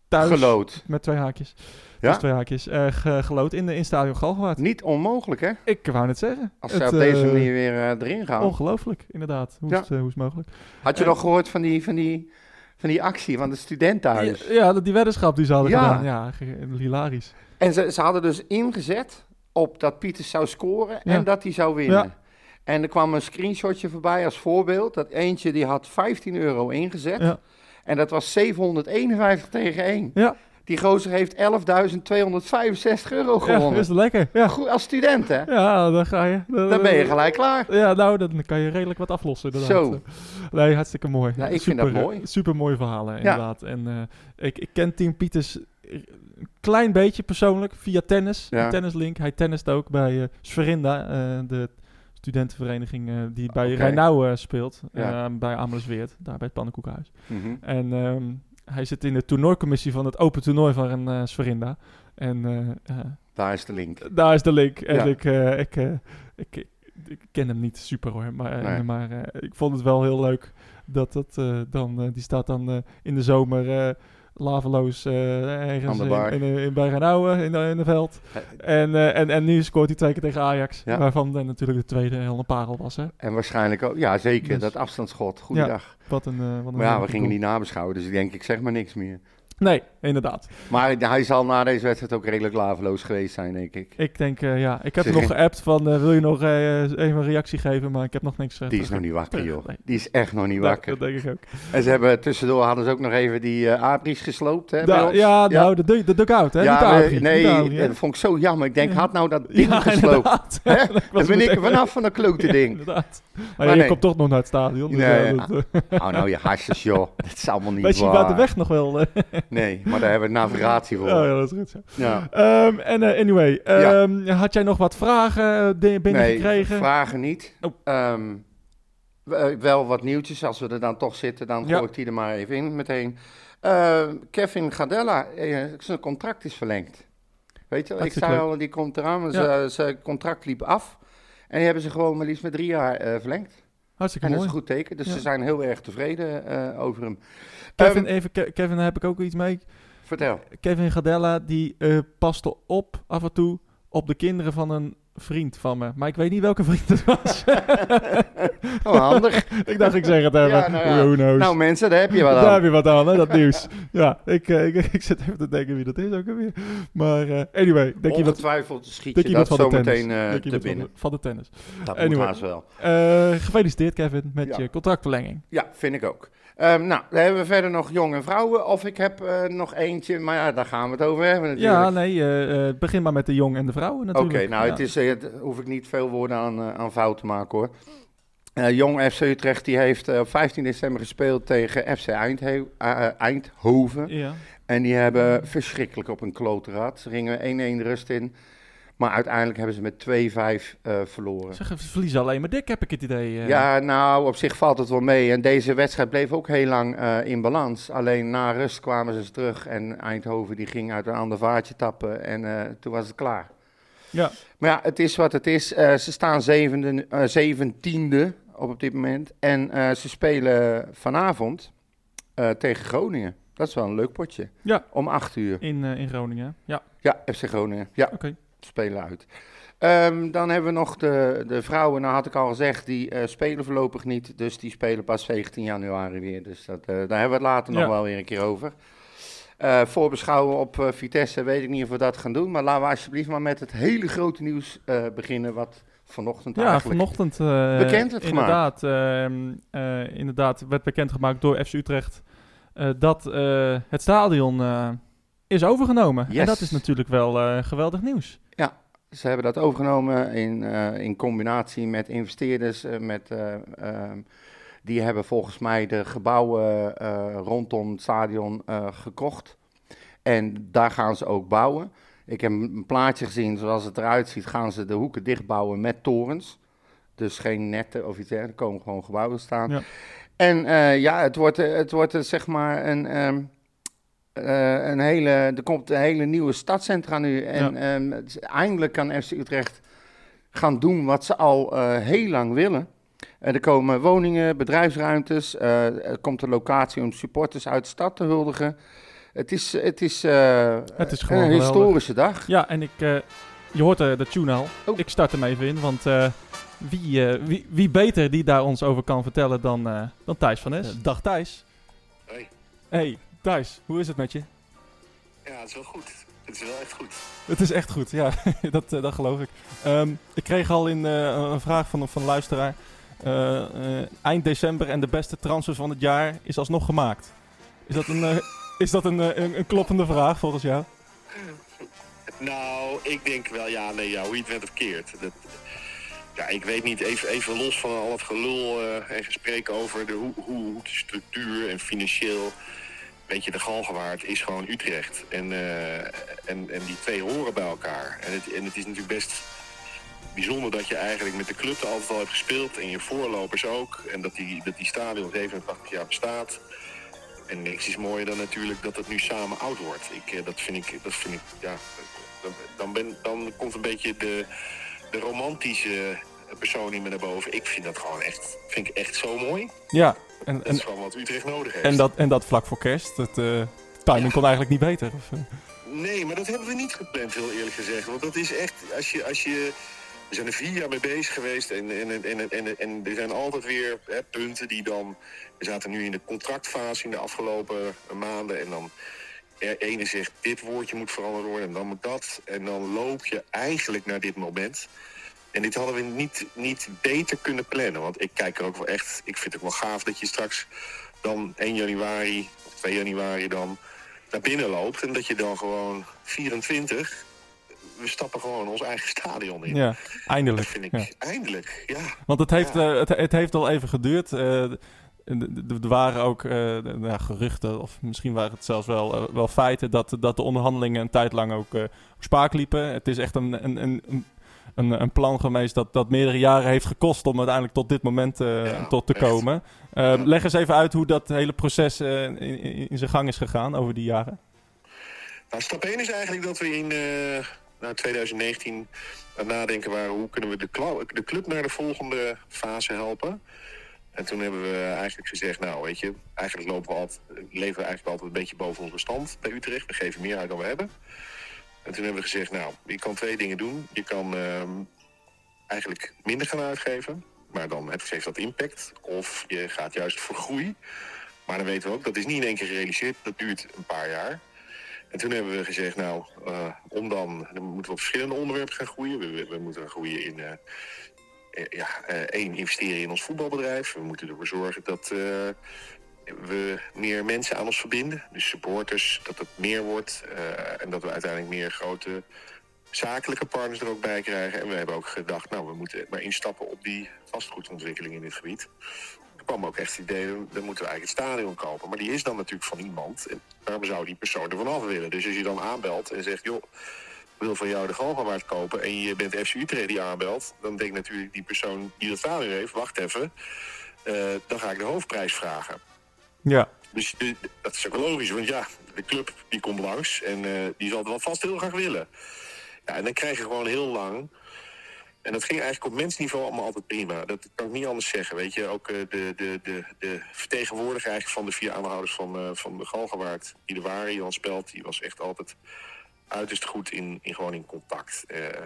Speaker 1: thuis
Speaker 2: gelood.
Speaker 1: met twee haakjes.
Speaker 2: Ja?
Speaker 1: Dus twee haakjes. eh, ge- gelood in, de in stadion Galgenwaard.
Speaker 2: Niet onmogelijk, hè?
Speaker 1: Ik wou net zeggen.
Speaker 2: Als
Speaker 1: Het,
Speaker 2: ze op deze
Speaker 1: eh,
Speaker 2: manier weer eh, erin gaan.
Speaker 1: Ongelooflijk, inderdaad. Hoe,
Speaker 2: Ja.
Speaker 1: is het, eh, hoe is het mogelijk?
Speaker 2: Had je
Speaker 1: eh,
Speaker 2: nog gehoord van die, van, die, van die actie van de studentenhuis?
Speaker 1: Ja, eh, ja, dat- die weddenschap die ze hadden
Speaker 2: Ja.
Speaker 1: gedaan. Ja, ge- hilarisch.
Speaker 2: En ze, ze hadden dus ingezet op dat Pieters zou scoren
Speaker 1: Ja.
Speaker 2: en dat hij zou winnen. En er kwam een screenshotje voorbij als voorbeeld. Dat eentje die had 15 euro ingezet.
Speaker 1: Ja.
Speaker 2: En dat was 751 tegen 1.
Speaker 1: Ja.
Speaker 2: Die gozer heeft 11.265 euro
Speaker 1: Ja, dus-
Speaker 2: gewonnen.
Speaker 1: is het lekker. Ja,
Speaker 2: Goed, als student, hè?
Speaker 1: ja dan ga je. Dan,
Speaker 2: Dan ben je gelijk klaar.
Speaker 1: Ja, nou, dan kan je redelijk wat aflossen. Inderdaad.
Speaker 2: Zo.
Speaker 1: Nee, hartstikke mooi.
Speaker 2: Nou, ik vind dat mooi.
Speaker 1: Super mooi verhalen, inderdaad. En eh, ik, ik ken Tim Pieters eh, een klein beetje persoonlijk via tennis.
Speaker 2: Ja.
Speaker 1: Een Tennislink. Hij tennist ook bij eh Sverinda, eh, de studentenvereniging eh, die bij
Speaker 2: Oké.
Speaker 1: Rijnau eh, speelt.
Speaker 2: Ja.
Speaker 1: eh, bij Amersweert, daar bij het Pannenkoekhuis.
Speaker 2: Mhm.
Speaker 1: En ehm, hij zit in de toernooicommissie van het open toernooi van eh Sverinda. En eh, eh,
Speaker 2: Daar is de link.
Speaker 1: daar is de link. En
Speaker 2: Ja.
Speaker 1: ik, eh, ik, eh, ik, ik, ik ken hem niet super hoor. Maar, eh,
Speaker 2: Nee.
Speaker 1: maar eh, ik vond het wel heel leuk dat dat eh, dan, eh, die staat dan eh, in de zomer eh, laveloos eh,
Speaker 2: Aan
Speaker 1: ergens
Speaker 2: de
Speaker 1: in,
Speaker 2: bar.
Speaker 1: in, in, bij Renauwe in, in de veld.
Speaker 2: Eh,
Speaker 1: En, eh, en, en nu scoort hij twee keer tegen Ajax.
Speaker 2: Ja.
Speaker 1: Waarvan eh, natuurlijk de tweede heel een parel was. Hè?
Speaker 2: En waarschijnlijk ook, ja zeker,
Speaker 1: Dus-
Speaker 2: dat afstandsschot. Goeiedag.
Speaker 1: Wat een, eh, wat een
Speaker 2: Maar ja, we
Speaker 1: leuke
Speaker 2: gingen
Speaker 1: goal.
Speaker 2: niet nabeschouwen, dus ik denk, ik zeg maar niks meer.
Speaker 1: Nee, inderdaad.
Speaker 2: Maar hij zal na deze wedstrijd ook redelijk laveloos geweest zijn, denk ik.
Speaker 1: Ik denk, eh, ja, ik heb
Speaker 2: Zeg-
Speaker 1: nog geappt van eh, wil je nog eh, even een reactie geven, maar ik heb nog niks gezegd.
Speaker 2: Die is nog niet wakker, joh.
Speaker 1: Nee.
Speaker 2: Die is echt nog niet
Speaker 1: Dat
Speaker 2: wakker.
Speaker 1: denk ik ook.
Speaker 2: En ze hebben tussendoor hadden ze ook nog even die eh Abris gesloopt, hè, bij
Speaker 1: Da-
Speaker 2: ons.
Speaker 1: ja, nou, de, dug- de dugout, hè?
Speaker 2: Ja,
Speaker 1: niet de
Speaker 2: we-
Speaker 1: Adrie,
Speaker 2: nee, eh,
Speaker 1: niet de Adrie, hè?
Speaker 2: dat vond ik zo jammer. Ik denk,
Speaker 1: Ja.
Speaker 2: had nou dat ding gesloopt.
Speaker 1: inderdaad.
Speaker 2: Hè?
Speaker 1: Ja, dat
Speaker 2: Dan
Speaker 1: was
Speaker 2: ben ik
Speaker 1: meteen-
Speaker 2: er vanaf van dat klote
Speaker 1: Ja,
Speaker 2: ding.
Speaker 1: Inderdaad. Maar, ja,
Speaker 2: Maar
Speaker 1: je
Speaker 2: nee.
Speaker 1: komt toch nog naar het stadion. Dus
Speaker 2: Nee,
Speaker 1: ja, dat, eh,
Speaker 2: Oh, nou je hasjes, joh. Dat is allemaal niet
Speaker 1: weet je
Speaker 2: waar.
Speaker 1: waar de weg nog wel? eh,
Speaker 2: Nee, maar daar hebben we navigatie voor.
Speaker 1: ja, ja, dat is goed. zo.
Speaker 2: Ja.
Speaker 1: Ehm, en eh, anyway,
Speaker 2: Ja.
Speaker 1: ehm, had jij nog wat vragen binnen binnengekregen?
Speaker 2: vragen niet.
Speaker 1: Oh.
Speaker 2: Ehm, w- eh, wel wat nieuwtjes, als we er dan toch zitten, dan
Speaker 1: Ja.
Speaker 2: gooi ik die er maar even in meteen. Ehm, Kevin Gadella, eh, zijn contract is verlengd. Weet je wel, ik
Speaker 1: Hartstikke
Speaker 2: zei
Speaker 1: leuk.
Speaker 2: al, die komt eraan, maar
Speaker 1: Ja.
Speaker 2: zijn- zijn contract liep af. En die hebben ze gewoon maar liefst met drie jaar eh, verlengd.
Speaker 1: Hartstikke
Speaker 2: en dat is
Speaker 1: mooi.
Speaker 2: een goed teken, dus
Speaker 1: Ja.
Speaker 2: ze zijn heel erg tevreden eh, over hem.
Speaker 1: Kevin,
Speaker 2: Ehm,
Speaker 1: even, Ke- Kevin, daar heb ik ook iets mee.
Speaker 2: vertel.
Speaker 1: Kevin Gadella, die eh, paste op af en toe op de kinderen van een vriend van me. Maar ik weet niet welke vriend het was.
Speaker 2: Oh, handig.
Speaker 1: ik dacht, ik zeg het even.
Speaker 2: Ja, nou ja.
Speaker 1: Who knows?
Speaker 2: nou mensen, daar heb je wat
Speaker 1: Daar
Speaker 2: aan.
Speaker 1: heb je wat aan, hè, dat nieuws. Ja, ik, eh, ik, ik zit even te denken wie dat is ook alweer. Maar eh, anyway, denk je dat...
Speaker 2: Ongetwijfeld schiet
Speaker 1: Denk
Speaker 2: je
Speaker 1: je dat
Speaker 2: dat
Speaker 1: van de tennis?
Speaker 2: zometeen eh,
Speaker 1: denk je
Speaker 2: te
Speaker 1: dat van de-
Speaker 2: binnen.
Speaker 1: Van de tennis.
Speaker 2: Dat
Speaker 1: Anyway.
Speaker 2: moet haast wel.
Speaker 1: Eh, gefeliciteerd Kevin met
Speaker 2: Ja.
Speaker 1: je contractverlenging.
Speaker 2: Ja, vind ik ook. Ehm, nou, dan hebben we verder nog jonge vrouwen. Of ik heb eh, nog eentje, maar ja, daar gaan we het over hebben natuurlijk.
Speaker 1: Ja, nee, eh, eh, begin maar met de jong en de vrouwen
Speaker 2: Oké,
Speaker 1: natuurlijk.
Speaker 2: nou,
Speaker 1: Ja.
Speaker 2: het is, eh, het- hoef ik niet veel woorden aan, eh, aan fout te maken hoor. Eh, jong FC Utrecht die heeft eh, op 15 december gespeeld tegen FC Eindhe- eh, eh, Eindhoven.
Speaker 1: Ja.
Speaker 2: En die hebben verschrikkelijk op een klote gehad. Ze gingen 1-1 de rust in. Maar uiteindelijk hebben ze met 2-5 eh, verloren.
Speaker 1: Zeg, ze verliezen alleen maar dik, heb ik het idee. eh.
Speaker 2: Ja, nou, op zich valt het wel mee. En deze wedstrijd bleef ook heel lang eh, in balans. Alleen na rust kwamen ze terug en Eindhoven die ging uit een ander vaartje tappen. En eh, toen was het klaar.
Speaker 1: Ja.
Speaker 2: Maar ja, het is wat het is. Eh, ze staan zevende, eh, zeventiende op, op dit moment. En eh, ze spelen vanavond eh, tegen Groningen. Dat is wel een leuk potje.
Speaker 1: Ja.
Speaker 2: Om acht uur.
Speaker 1: In, eh, in Groningen. Ja,
Speaker 2: Ja, FC Groningen. Ja,
Speaker 1: oké.
Speaker 2: spelen uit. Ehm, dan hebben we nog de, de vrouwen. Nou had ik al gezegd, die eh, spelen voorlopig niet. Dus die spelen pas 19 januari weer. Dus dat, eh, daar hebben we het later nog
Speaker 1: Ja.
Speaker 2: wel weer een keer over. Eh, voorbeschouwen op eh, Vitesse weet ik niet of we dat gaan doen. Maar laten we alsjeblieft maar met het hele grote nieuws eh, beginnen. Wat vanochtend
Speaker 1: Ja,
Speaker 2: Nou, eigenlijk...
Speaker 1: vanochtend. eh,
Speaker 2: Bekend werd
Speaker 1: inderdaad, ehm, eh, inderdaad, werd bekendgemaakt door FC Utrecht eh, dat eh, het stadion eh, is overgenomen.
Speaker 2: Yes.
Speaker 1: En dat is natuurlijk wel eh, geweldig nieuws.
Speaker 2: Ze hebben dat overgenomen in, eh, in combinatie met investeerders. eh, met, eh, ehm, die hebben volgens mij de gebouwen eh, rondom het stadion eh, gekocht. En daar gaan ze ook bouwen. Ik heb een plaatje gezien, zoals het eruit ziet, gaan ze de hoeken dichtbouwen met torens. Dus geen netten of iets dergelijks, er komen gewoon gebouwen staan.
Speaker 1: Ja.
Speaker 2: En eh, ja, het wordt, eh, het wordt eh, zeg maar een, ehm, eh, een hele, er komt een hele nieuwe stadcentra nu. En ehm, het is- eindelijk kan FC Utrecht gaan doen wat ze al eh, heel lang willen. En er komen woningen, bedrijfsruimtes. eh, er komt een locatie om supporters uit de stad te huldigen. Het is, het is, eh,
Speaker 1: Het is
Speaker 2: een
Speaker 1: gewoon geweldig.
Speaker 2: historische dag.
Speaker 1: Ja, en ik, eh, je hoort eh, de tune al.
Speaker 2: Oh.
Speaker 1: Ik start hem even in, want eh, wie, eh, wie, wie beter die daar ons over kan vertellen dan, eh, dan Thijs van Es. dag Thijs.
Speaker 5: Hoi.
Speaker 1: Hey Thijs, hoe is het met je?
Speaker 5: Ja, het is wel goed. Het is wel echt goed.
Speaker 1: Het is echt goed, ja, dat, eh, dat geloof ik. Ehm, ik kreeg al in, eh, een vraag van, van een luisteraar. Eh, eh, eind december en de beste transfers van het jaar is alsnog gemaakt. Is dat een, eh, is dat een, eh, een, een kloppende vraag volgens jou?
Speaker 5: Nou, ik denk wel, ja, nee, ja, hoe je het bent of keert. Dat, ja, ik weet niet, even, even los van al het gelul eh, en gesprek over de, hoe, hoe, hoe de structuur en financieel... Weet je, de galgenwaard is gewoon Utrecht. En, eh, en, en die twee horen bij elkaar. En het, en het is natuurlijk best bijzonder dat je eigenlijk met de club er altijd al hebt gespeeld. En je voorlopers ook. En dat die, dat die stadion 87 jaar bestaat. En niks is mooier dan natuurlijk dat het nu samen oud wordt. Ik, eh, dat vind ik, dat vind ik, ja, dan, dan, ben, dan komt een beetje de, de romantische persoon in me naar boven. Ik vind dat gewoon echt, vind ik echt zo mooi.
Speaker 1: Ja, en,
Speaker 5: Dat is gewoon wat Utrecht nodig heeft.
Speaker 1: En dat, en dat vlak voor kerst. Het eh, timing kon eigenlijk niet beter. Of, eh.
Speaker 5: Nee, maar dat hebben we niet gepland, heel eerlijk gezegd. Want dat is echt, als je, als je we zijn er vier jaar mee bezig geweest en, en, en, en, en, en er zijn altijd weer hè, punten die dan... We zaten nu in de contractfase in de afgelopen maanden en dan... Er ene zegt dit woordje moet veranderd worden en dan moet dat. En dan loop je eigenlijk naar dit moment. En dit hadden we niet, niet beter kunnen plannen. Want ik kijk er ook wel echt... Ik vind het ook wel gaaf dat je straks dan 1 januari of 2 januari dan naar binnen loopt. En dat je dan gewoon 24... We stappen gewoon ons eigen stadion in.
Speaker 1: ja,
Speaker 5: Dat
Speaker 1: eindelijk.
Speaker 5: vind ik
Speaker 1: Ja.
Speaker 5: eindelijk, ja.
Speaker 1: Want het heeft, eh, het, het heeft al even geduurd. eh, d- d- d- er waren ook eh, d- nou, geruchten, of misschien waren het zelfs wel, eh, wel feiten, dat, dat de onderhandelingen een tijd lang ook eh, op spaak liepen. Het is echt een, een, een, een- een, een plan geweest dat, dat meerdere jaren heeft gekost om uiteindelijk tot dit moment eh,
Speaker 5: Ja,
Speaker 1: tot te
Speaker 5: echt.
Speaker 1: komen. Eh, Leg eens even uit hoe dat hele proces eh, in, in- in zijn gang is gegaan over die jaren.
Speaker 5: Nou, stap 1 is eigenlijk dat we in eh, nou, 2019 aan het nadenken waren... hoe kunnen we de, clou- de club naar de volgende fase helpen. En toen hebben we eigenlijk gezegd, nou weet je... eigenlijk lopen we altijd, leven we eigenlijk altijd een beetje boven onze stand bij Utrecht. We geven meer uit dan we hebben. En toen hebben we gezegd, nou, je kan twee dingen doen. Je kan ehm, eigenlijk minder gaan uitgeven, maar dan heeft- heeft dat impact. Of je gaat juist voor groei. Maar dan weten we ook, dat is niet in één keer gerealiseerd. Dat duurt een paar jaar. En toen hebben we gezegd, nou, eh, om dan, dan moeten we op verschillende onderwerpen gaan groeien. We- We, we moeten groeien in, eh, eh, ja, eh, één, investeren in ons voetbalbedrijf. We moeten ervoor zorgen dat eh, we meer mensen aan ons verbinden. Dus supporters, dat het meer wordt. eh, en dat we uiteindelijk meer grote zakelijke partners er ook bij krijgen. En we hebben ook gedacht, nou, we moeten maar instappen op die vastgoedontwikkeling in dit gebied. Er kwam ook echt het idee, dan moeten we eigenlijk het stadion kopen. Maar die is dan natuurlijk van iemand. En waarom zou die persoon er vanaf willen? Dus als je dan aanbelt en zegt, joh, ik wil van jou de Galgenwaard kopen... en je bent FC Utrecht die aanbelt... dan denkt natuurlijk die persoon die dat stadion heeft, wacht even... eh, dan ga ik de hoofdprijs vragen.
Speaker 1: Ja.
Speaker 5: Dus eh, dat is ook logisch, want ja, de club die komt langs en eh, die zal het wel vast heel graag willen. Ja, en dan krijg je gewoon heel lang. En dat ging eigenlijk op mensniveau allemaal altijd prima. Dat kan ik niet anders zeggen. Weet je, ook eh, de, de, de, de vertegenwoordiger eigenlijk van de vier aanhouders van, eh, van de Galgenwaard, die er waren, Jan Spelt, die was echt altijd uiterst goed in, in, gewoon in contact. Eh,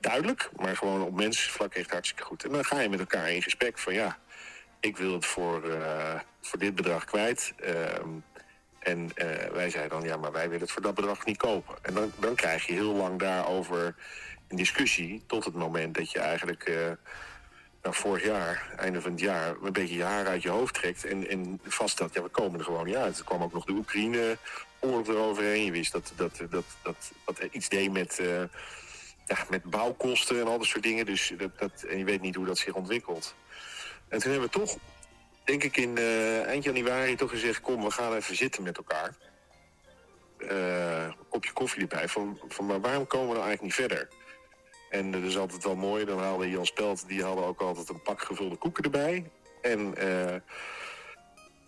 Speaker 5: duidelijk, maar gewoon op mensvlak echt hartstikke goed. En dan ga je met elkaar in gesprek van ja, ik wil het voor, eh, voor dit bedrag kwijt. Ehm, en eh, wij zeiden dan, ja, maar wij willen het voor dat bedrag niet kopen. En dan, dan krijg je heel lang daarover een discussie... tot het moment dat je eigenlijk eh, nou, vorig jaar, einde van het jaar... een beetje je haar uit je hoofd trekt en, en vaststelt... ja, we komen er gewoon niet uit. Er kwam ook nog de Oekraïne-oorlog eroverheen. Je wist dat dat, dat, dat, dat, er iets deed met... eh, ja, met bouwkosten en al dat soort dingen. Dus dat, dat, en je weet niet hoe dat zich ontwikkelt. En toen hebben we toch, denk ik in eh, eind januari, toch gezegd... kom, we gaan even zitten met elkaar. Eh, kopje koffie erbij. Van, van, maar waarom komen we nou eigenlijk niet verder? En dat is altijd wel mooi. Dan haalde Jan Spelt, die hadden ook altijd een pak gevulde koeken erbij. En eh,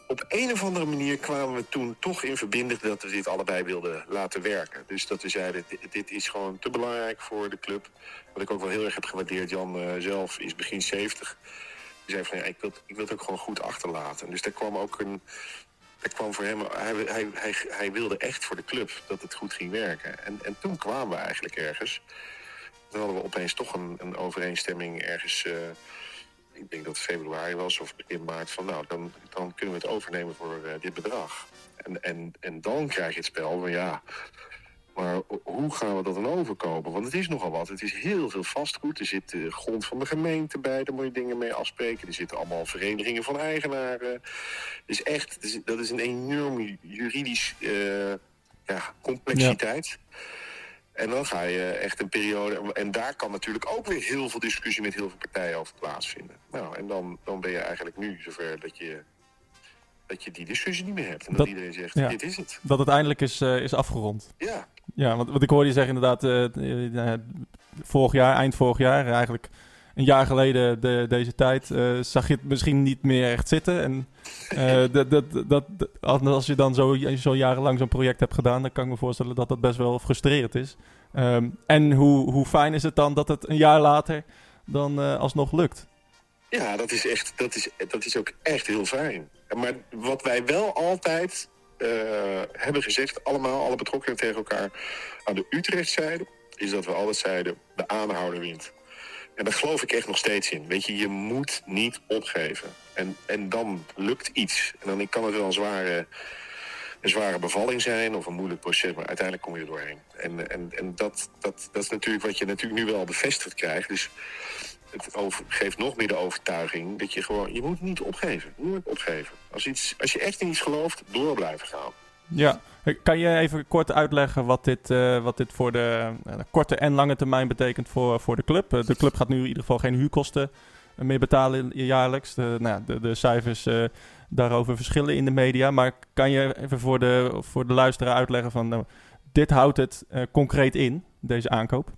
Speaker 5: op een of andere manier kwamen we toen toch in verbinding dat we dit allebei wilden laten werken. Dus dat we zeiden, dit, dit is gewoon te belangrijk voor de club. Wat ik ook wel heel erg heb gewaardeerd. Jan eh, zelf is begin 70. Die zei van, ja, ik, wil, ik wil het ook gewoon goed achterlaten. Dus daar kwam ook een... Daar kwam voor hem, hij, hij, hij, hij wilde echt voor de club dat het goed ging werken. En, en toen kwamen we eigenlijk ergens. Toen hadden we opeens toch een, een overeenstemming ergens... eh, ik denk dat het februari was of begin maart. Van nou, dan, dan kunnen we het overnemen voor eh, dit bedrag. En, en, en dan krijg je het spel van ja... Maar hoe gaan we dat dan overkopen? Want het is nogal wat. Het is heel veel vastgoed. Er zit de grond van de gemeente bij. Daar moet je dingen mee afspreken. Er zitten allemaal verenigingen van eigenaren. Dus echt, het is- dat is een enorm juridisch eh, ja, complexiteit. En dan ga je echt een periode. En daar kan natuurlijk ook weer heel veel discussie met heel veel partijen over plaatsvinden. Nou, en dan, dan ben je eigenlijk nu zover dat je, dat je die discussie niet meer hebt. En dat,
Speaker 1: Dat-
Speaker 5: iedereen zegt:
Speaker 1: ja.
Speaker 5: dit is het.
Speaker 1: Dat het eindelijk is, eh, is afgerond.
Speaker 5: Ja.
Speaker 1: Ja, want, want ik hoorde je zeggen inderdaad, eh, eh, vorig jaar, eind vorig jaar, eigenlijk een jaar geleden de, deze tijd, eh, zag je het misschien niet meer echt zitten. En eh, dat, dat, dat, als je dan zo, zo jarenlang zo'n project hebt gedaan, dan kan ik me voorstellen dat dat best wel frustrerend is. Ehm, en hoe, hoe fijn is het dan dat het een jaar later dan eh, alsnog lukt?
Speaker 5: Ja, dat is, echt, dat, is, dat is ook echt heel fijn. Maar wat wij wel altijd eh, hebben gezegd, allemaal, alle betrokkenen tegen elkaar, aan de Utrechtzijde, is dat we altijd zeiden, de aanhouder wint. En daar geloof ik echt nog steeds in. Weet je, je moet niet opgeven. En, en dan lukt iets. En dan kan het wel een zware, een zware bevalling zijn of een moeilijk proces, maar uiteindelijk kom je er doorheen. En, en, en dat, dat, dat is natuurlijk wat je natuurlijk nu wel bevestigd krijgt. Dus het over- geeft nog meer de overtuiging dat je gewoon, je moet niet opgeven. Nooit opgeven. Als, iets, als je echt in iets gelooft, door blijven gaan.
Speaker 1: Ja, kan je even kort uitleggen wat dit, eh, wat dit voor de eh, korte en lange termijn betekent voor, voor de club? Eh, de club gaat nu in ieder geval geen huurkosten eh, meer betalen jaarlijks. De, nou, ja, de, de cijfers eh, daarover verschillen in de media. Maar kan je even voor de, voor de luisteraar uitleggen van nou, dit houdt het eh, concreet in, deze aankoop?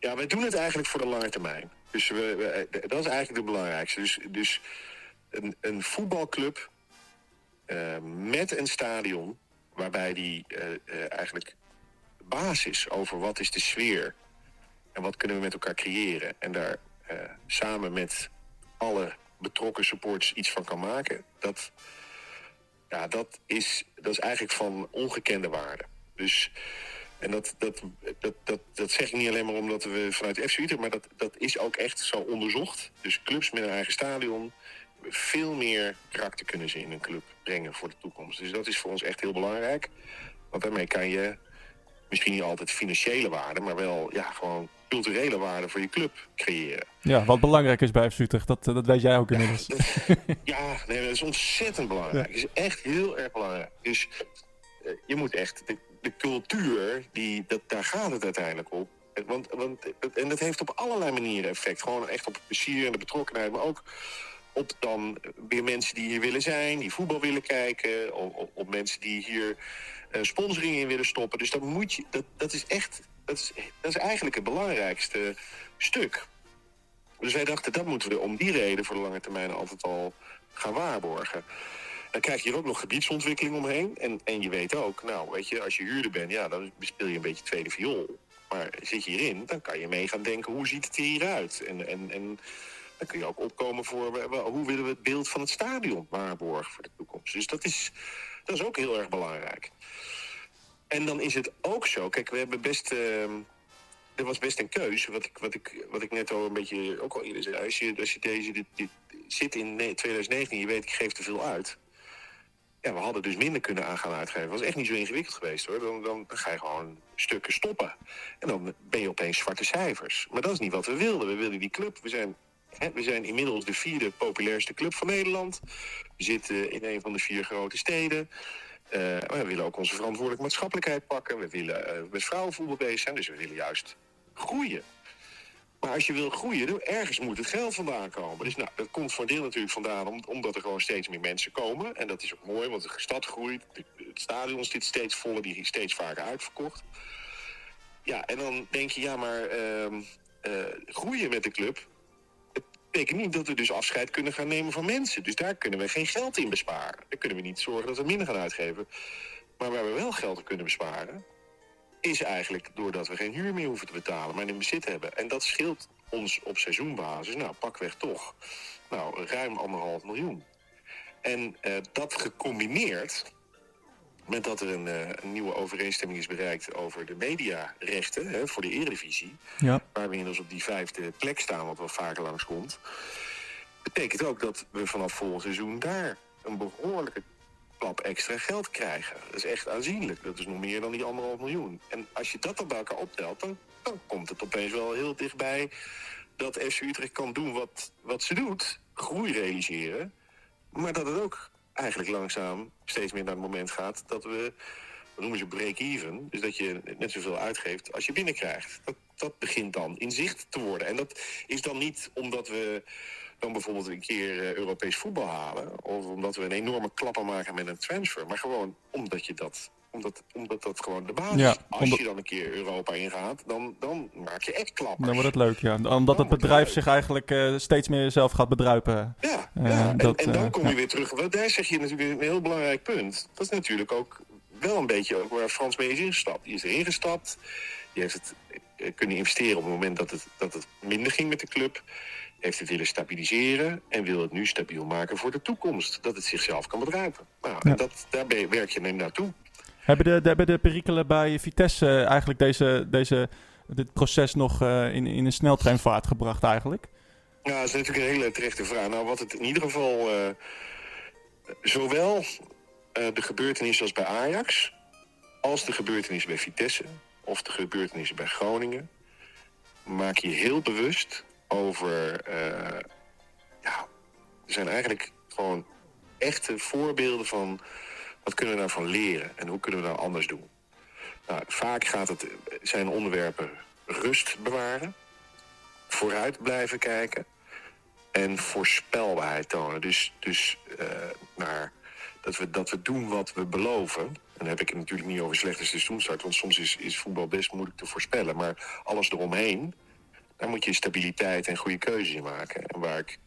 Speaker 5: Ja, wij doen het eigenlijk voor de lange termijn. Dus we, we- dat is eigenlijk het belangrijkste. Dus, dus een, een voetbalclub eh, met een stadion, waarbij die eh, eh, eigenlijk basis over wat is de sfeer en wat kunnen we met elkaar creëren. En daar eh, samen met alle betrokken supporters iets van kan maken. Dat, ja, dat, is, dat is eigenlijk van ongekende waarde. Dus en dat, dat, dat, dat, dat zeg ik niet alleen maar omdat we vanuit FC Utrecht... maar dat, dat is ook echt zo onderzocht. Dus clubs met een eigen stadion... veel meer karakter kunnen ze in een club brengen voor de toekomst. Dus dat is voor ons echt heel belangrijk. Want daarmee kan je misschien niet altijd financiële waarde, maar wel ja, gewoon culturele waarde voor je club creëren.
Speaker 6: Ja, wat belangrijk is bij FC Utrecht, dat, eh, dat weet jij ook inmiddels.
Speaker 5: Ja, nee, dat is ontzettend belangrijk. Dat is echt heel erg belangrijk. Dus eh, je moet echt de, de cultuur, die, dat, daar gaat het uiteindelijk op. Eh, Want, want, dat- en dat heeft op allerlei manieren effect. Gewoon echt op het plezier en de betrokkenheid, maar ook op dan weer mensen die hier willen zijn, die voetbal willen kijken, op, op, op mensen die hier eh, sponsoring in willen stoppen. Dus dat moet je, dat, dat is echt, dat is, dat is eigenlijk het belangrijkste stuk. Dus wij dachten, dat moeten we om die reden voor de lange termijn altijd al gaan waarborgen. Dan krijg je hier ook nog gebiedsontwikkeling omheen. En, en je weet ook, nou weet je, als je huurder bent, ja, dan speel je een beetje tweede viool. Maar zit je hierin, dan kan je mee gaan denken, hoe ziet het er hier uit? En, en, en dan kun je ook opkomen voor, wel, wel, hoe willen we het beeld van het stadion waarborgen voor de toekomst? Dus dat is, dat is ook heel erg belangrijk. En dan is het ook zo, kijk, we hebben best... ehm, er was best een keus, wat ik, wat ik, wat ik net al een beetje ook al eerder zei. Als je, als je deze dit, dit zit in ne- 2019, je weet, ik geef te veel uit. Ja, we hadden dus minder kunnen aan gaan uitgeven. Dat was echt niet zo ingewikkeld geweest hoor. Dan, dan ga je gewoon stukken stoppen. En dan ben je opeens zwarte cijfers. Maar dat is niet wat we wilden. We wilden die club. We zijn, hè, we zijn inmiddels de vierde populairste club van Nederland. We zitten in een van de vier grote steden. Eh, maar we willen ook onze verantwoordelijke maatschappelijkheid pakken. We willen eh, met vrouwenvoetbal bezig zijn. Dus we willen juist groeien. Maar als je wil groeien, dan ergens moet het geld vandaan komen. Dus nou, dat komt voor een deel natuurlijk vandaan om- omdat er gewoon steeds meer mensen komen. En dat is ook mooi, want de stad groeit. de- Het stadion zit steeds voller, die is steeds vaker uitverkocht. Ja, en dan denk je, ja, maar ehm, eh, groeien met de club... het betekent niet dat we dus afscheid kunnen gaan nemen van mensen. Dus daar kunnen we geen geld in besparen. Daar kunnen we niet zorgen dat we minder gaan uitgeven. Maar waar we wel geld op kunnen besparen is eigenlijk doordat we geen huur meer hoeven te betalen, maar in bezit hebben. En dat scheelt ons op seizoenbasis, nou pakweg toch, nou ruim anderhalf miljoen. En eh, dat gecombineerd met dat er een, eh, een nieuwe overeenstemming is bereikt over de mediarechten hè, voor de Eredivisie,
Speaker 6: Ja.
Speaker 5: waar we inmiddels op die vijfde plek staan, wat wel vaker langskomt, betekent ook dat we vanaf volgend seizoen daar een behoorlijke klap extra geld krijgen. Dat is echt aanzienlijk. Dat is nog meer dan die anderhalf miljoen. En als je dat dan bij elkaar optelt, dan, dan komt het opeens wel heel dichtbij dat FC Utrecht kan doen wat, wat ze doet, groei realiseren. Maar dat het ook eigenlijk langzaam steeds meer naar het moment gaat dat we, dat noemen ze break-even, dus dat je net zoveel uitgeeft als je binnenkrijgt. Dat, dat begint dan in zicht te worden. En dat is dan niet omdat we dan bijvoorbeeld een keer eh, Europees voetbal halen, of omdat we een enorme klappen maken met een transfer, maar gewoon omdat je dat omdat, omdat dat gewoon de basis
Speaker 6: Ja,
Speaker 5: is. Als
Speaker 6: omdat-
Speaker 5: je dan een keer Europa ingaat, dan, dan maak je echt klappen.
Speaker 6: Dan wordt het leuk, ja. Omdat het
Speaker 5: wordt het
Speaker 6: bedrijf
Speaker 5: leuk.
Speaker 6: zich eigenlijk eh, steeds meer zelf gaat bedruipen.
Speaker 5: Ja,
Speaker 6: Eh,
Speaker 5: ja. En,
Speaker 6: dat,
Speaker 5: en dan
Speaker 6: eh,
Speaker 5: kom je weer terug. Want daar zeg je natuurlijk een heel belangrijk punt. Dat is natuurlijk ook wel een beetje ook waar Frans mee is ingestapt. Die is erin gestapt. Die heeft het eh, kunnen investeren op het moment dat het, dat het minder ging met de club. Heeft het willen stabiliseren en wil het nu stabiel maken voor de toekomst. Dat het zichzelf kan bedruipen. Nou, en
Speaker 6: Ja.
Speaker 5: dat, daar ben je- werk je neem naartoe.
Speaker 6: Hebben de, de, hebben de perikelen bij Vitesse eh, eigenlijk deze, deze, dit proces nog eh, in, in een sneltreinvaart gebracht eigenlijk?
Speaker 5: Ja, dat is natuurlijk een hele terechte vraag. Nou, wat het in ieder geval eh, zowel eh, de gebeurtenissen als bij Ajax, als de gebeurtenissen bij Vitesse of de gebeurtenissen bij Groningen, maak je heel bewust over. eh, ja, er zijn eigenlijk gewoon echte voorbeelden van wat kunnen we daarvan leren en hoe kunnen we dat anders doen. Nou, vaak gaat het, zijn onderwerpen rust bewaren vooruit blijven kijken en voorspelbaarheid tonen. Dus, dus eh, naar dat we, dat we doen wat we beloven. En dan heb ik het natuurlijk niet over slechte seizoenstart, want soms is, is voetbal best moeilijk te voorspellen. Maar alles eromheen, daar moet je stabiliteit en goede keuzes in maken. En waar ik,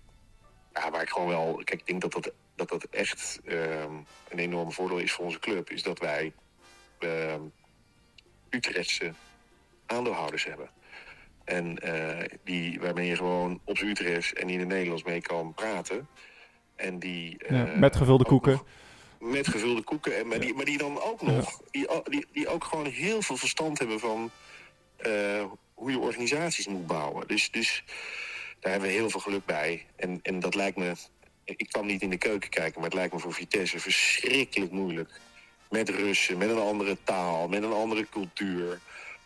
Speaker 5: ja, waar ik gewoon wel, kijk, ik denk dat dat, dat, dat echt ehm, een enorm voordeel is voor onze club, is dat wij ehm, Utrechtse aandeelhouders hebben. En eh, die, waarmee je gewoon op z'n Utrechts en in het Nederlands mee kan praten. En die,
Speaker 6: Ja,
Speaker 5: eh,
Speaker 6: met gevulde
Speaker 5: ook
Speaker 6: koeken.
Speaker 5: nog- met gevulde koeken. En, maar, die, maar die dan ook nog, die, al- die, die ook gewoon heel veel verstand hebben van eh, hoe je organisaties moet bouwen. Dus, dus daar hebben we heel veel geluk bij. En, en dat lijkt me, ik kan niet in de keuken kijken, maar het lijkt me voor Vitesse verschrikkelijk moeilijk met Russen, met een andere taal, met een andere cultuur.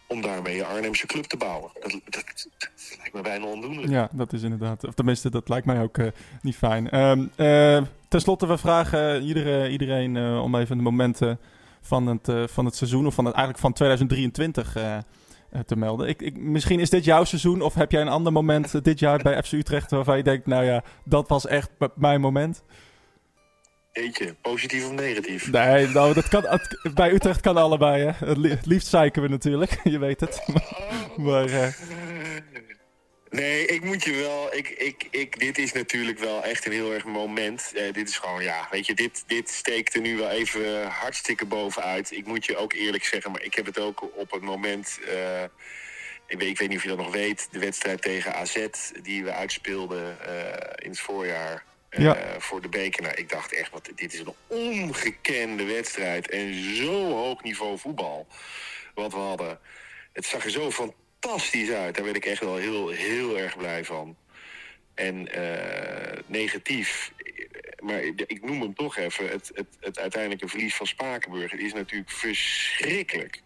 Speaker 5: Om daarmee je Arnhemse club te bouwen. Dat, dat, dat lijkt me bijna ondoenlijk.
Speaker 6: Ja, dat is inderdaad. Of tenminste, dat lijkt mij ook eh, niet fijn. Ehm eh, Ten slotte, we vragen iedere, iedereen eh, om even de momenten van het, eh, van het seizoen, of van het, eigenlijk van 2023, eh, eh, te melden. Ik, ik, misschien is dit jouw seizoen, of heb jij een ander moment eh, dit jaar bij FC Utrecht waarvan je denkt, nou ja, dat was echt m- mijn moment?
Speaker 5: Eetje, positief of negatief?
Speaker 6: Nee, nou, dat kan, het- bij Utrecht kan allebei, hè. Het li- het liefst zeiken we natuurlijk, je weet het. Maar, eh,
Speaker 5: Nee, ik moet je wel. Ik, ik, ik, dit is natuurlijk wel echt een heel erg moment. Eh, dit is gewoon, ja, weet je, dit, dit steekt er nu wel even hartstikke bovenuit. Ik moet je ook eerlijk zeggen, maar ik heb het ook op het moment. eh, ik, weet, ik weet niet of je dat nog weet. De wedstrijd tegen AZ die we uitspeelden eh, in het voorjaar. eh,
Speaker 6: Ja.
Speaker 5: Voor de beker. Nou, ik dacht echt, wat, dit is een ongekende wedstrijd. En zo hoog niveau voetbal. Wat we hadden. Het zag er zo fantastisch uit. Daar werd ik echt wel heel, heel erg blij van. En eh, negatief. Maar ik noem hem toch even. Het, het, het uiteindelijke verlies van Spakenburg Het is natuurlijk verschrikkelijk.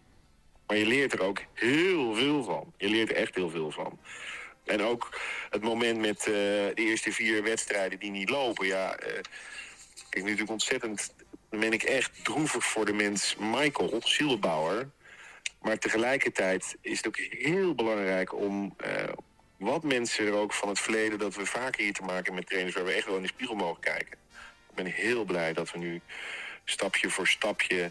Speaker 5: Maar je leert er ook heel veel van. Je leert er echt heel veel van. En ook het moment met eh, de eerste vier wedstrijden die niet lopen. Ja, eh, kijk, nu natuurlijk ontzettend. Dan ben ik echt droevig voor de mens Michael, Zielbouwer. Maar tegelijkertijd is het ook heel belangrijk om. eh, wat mensen er ook van het verleden. dat we vaker hier te maken met trainers waar we echt wel in de spiegel mogen kijken. Ik ben heel blij dat we nu stapje voor stapje.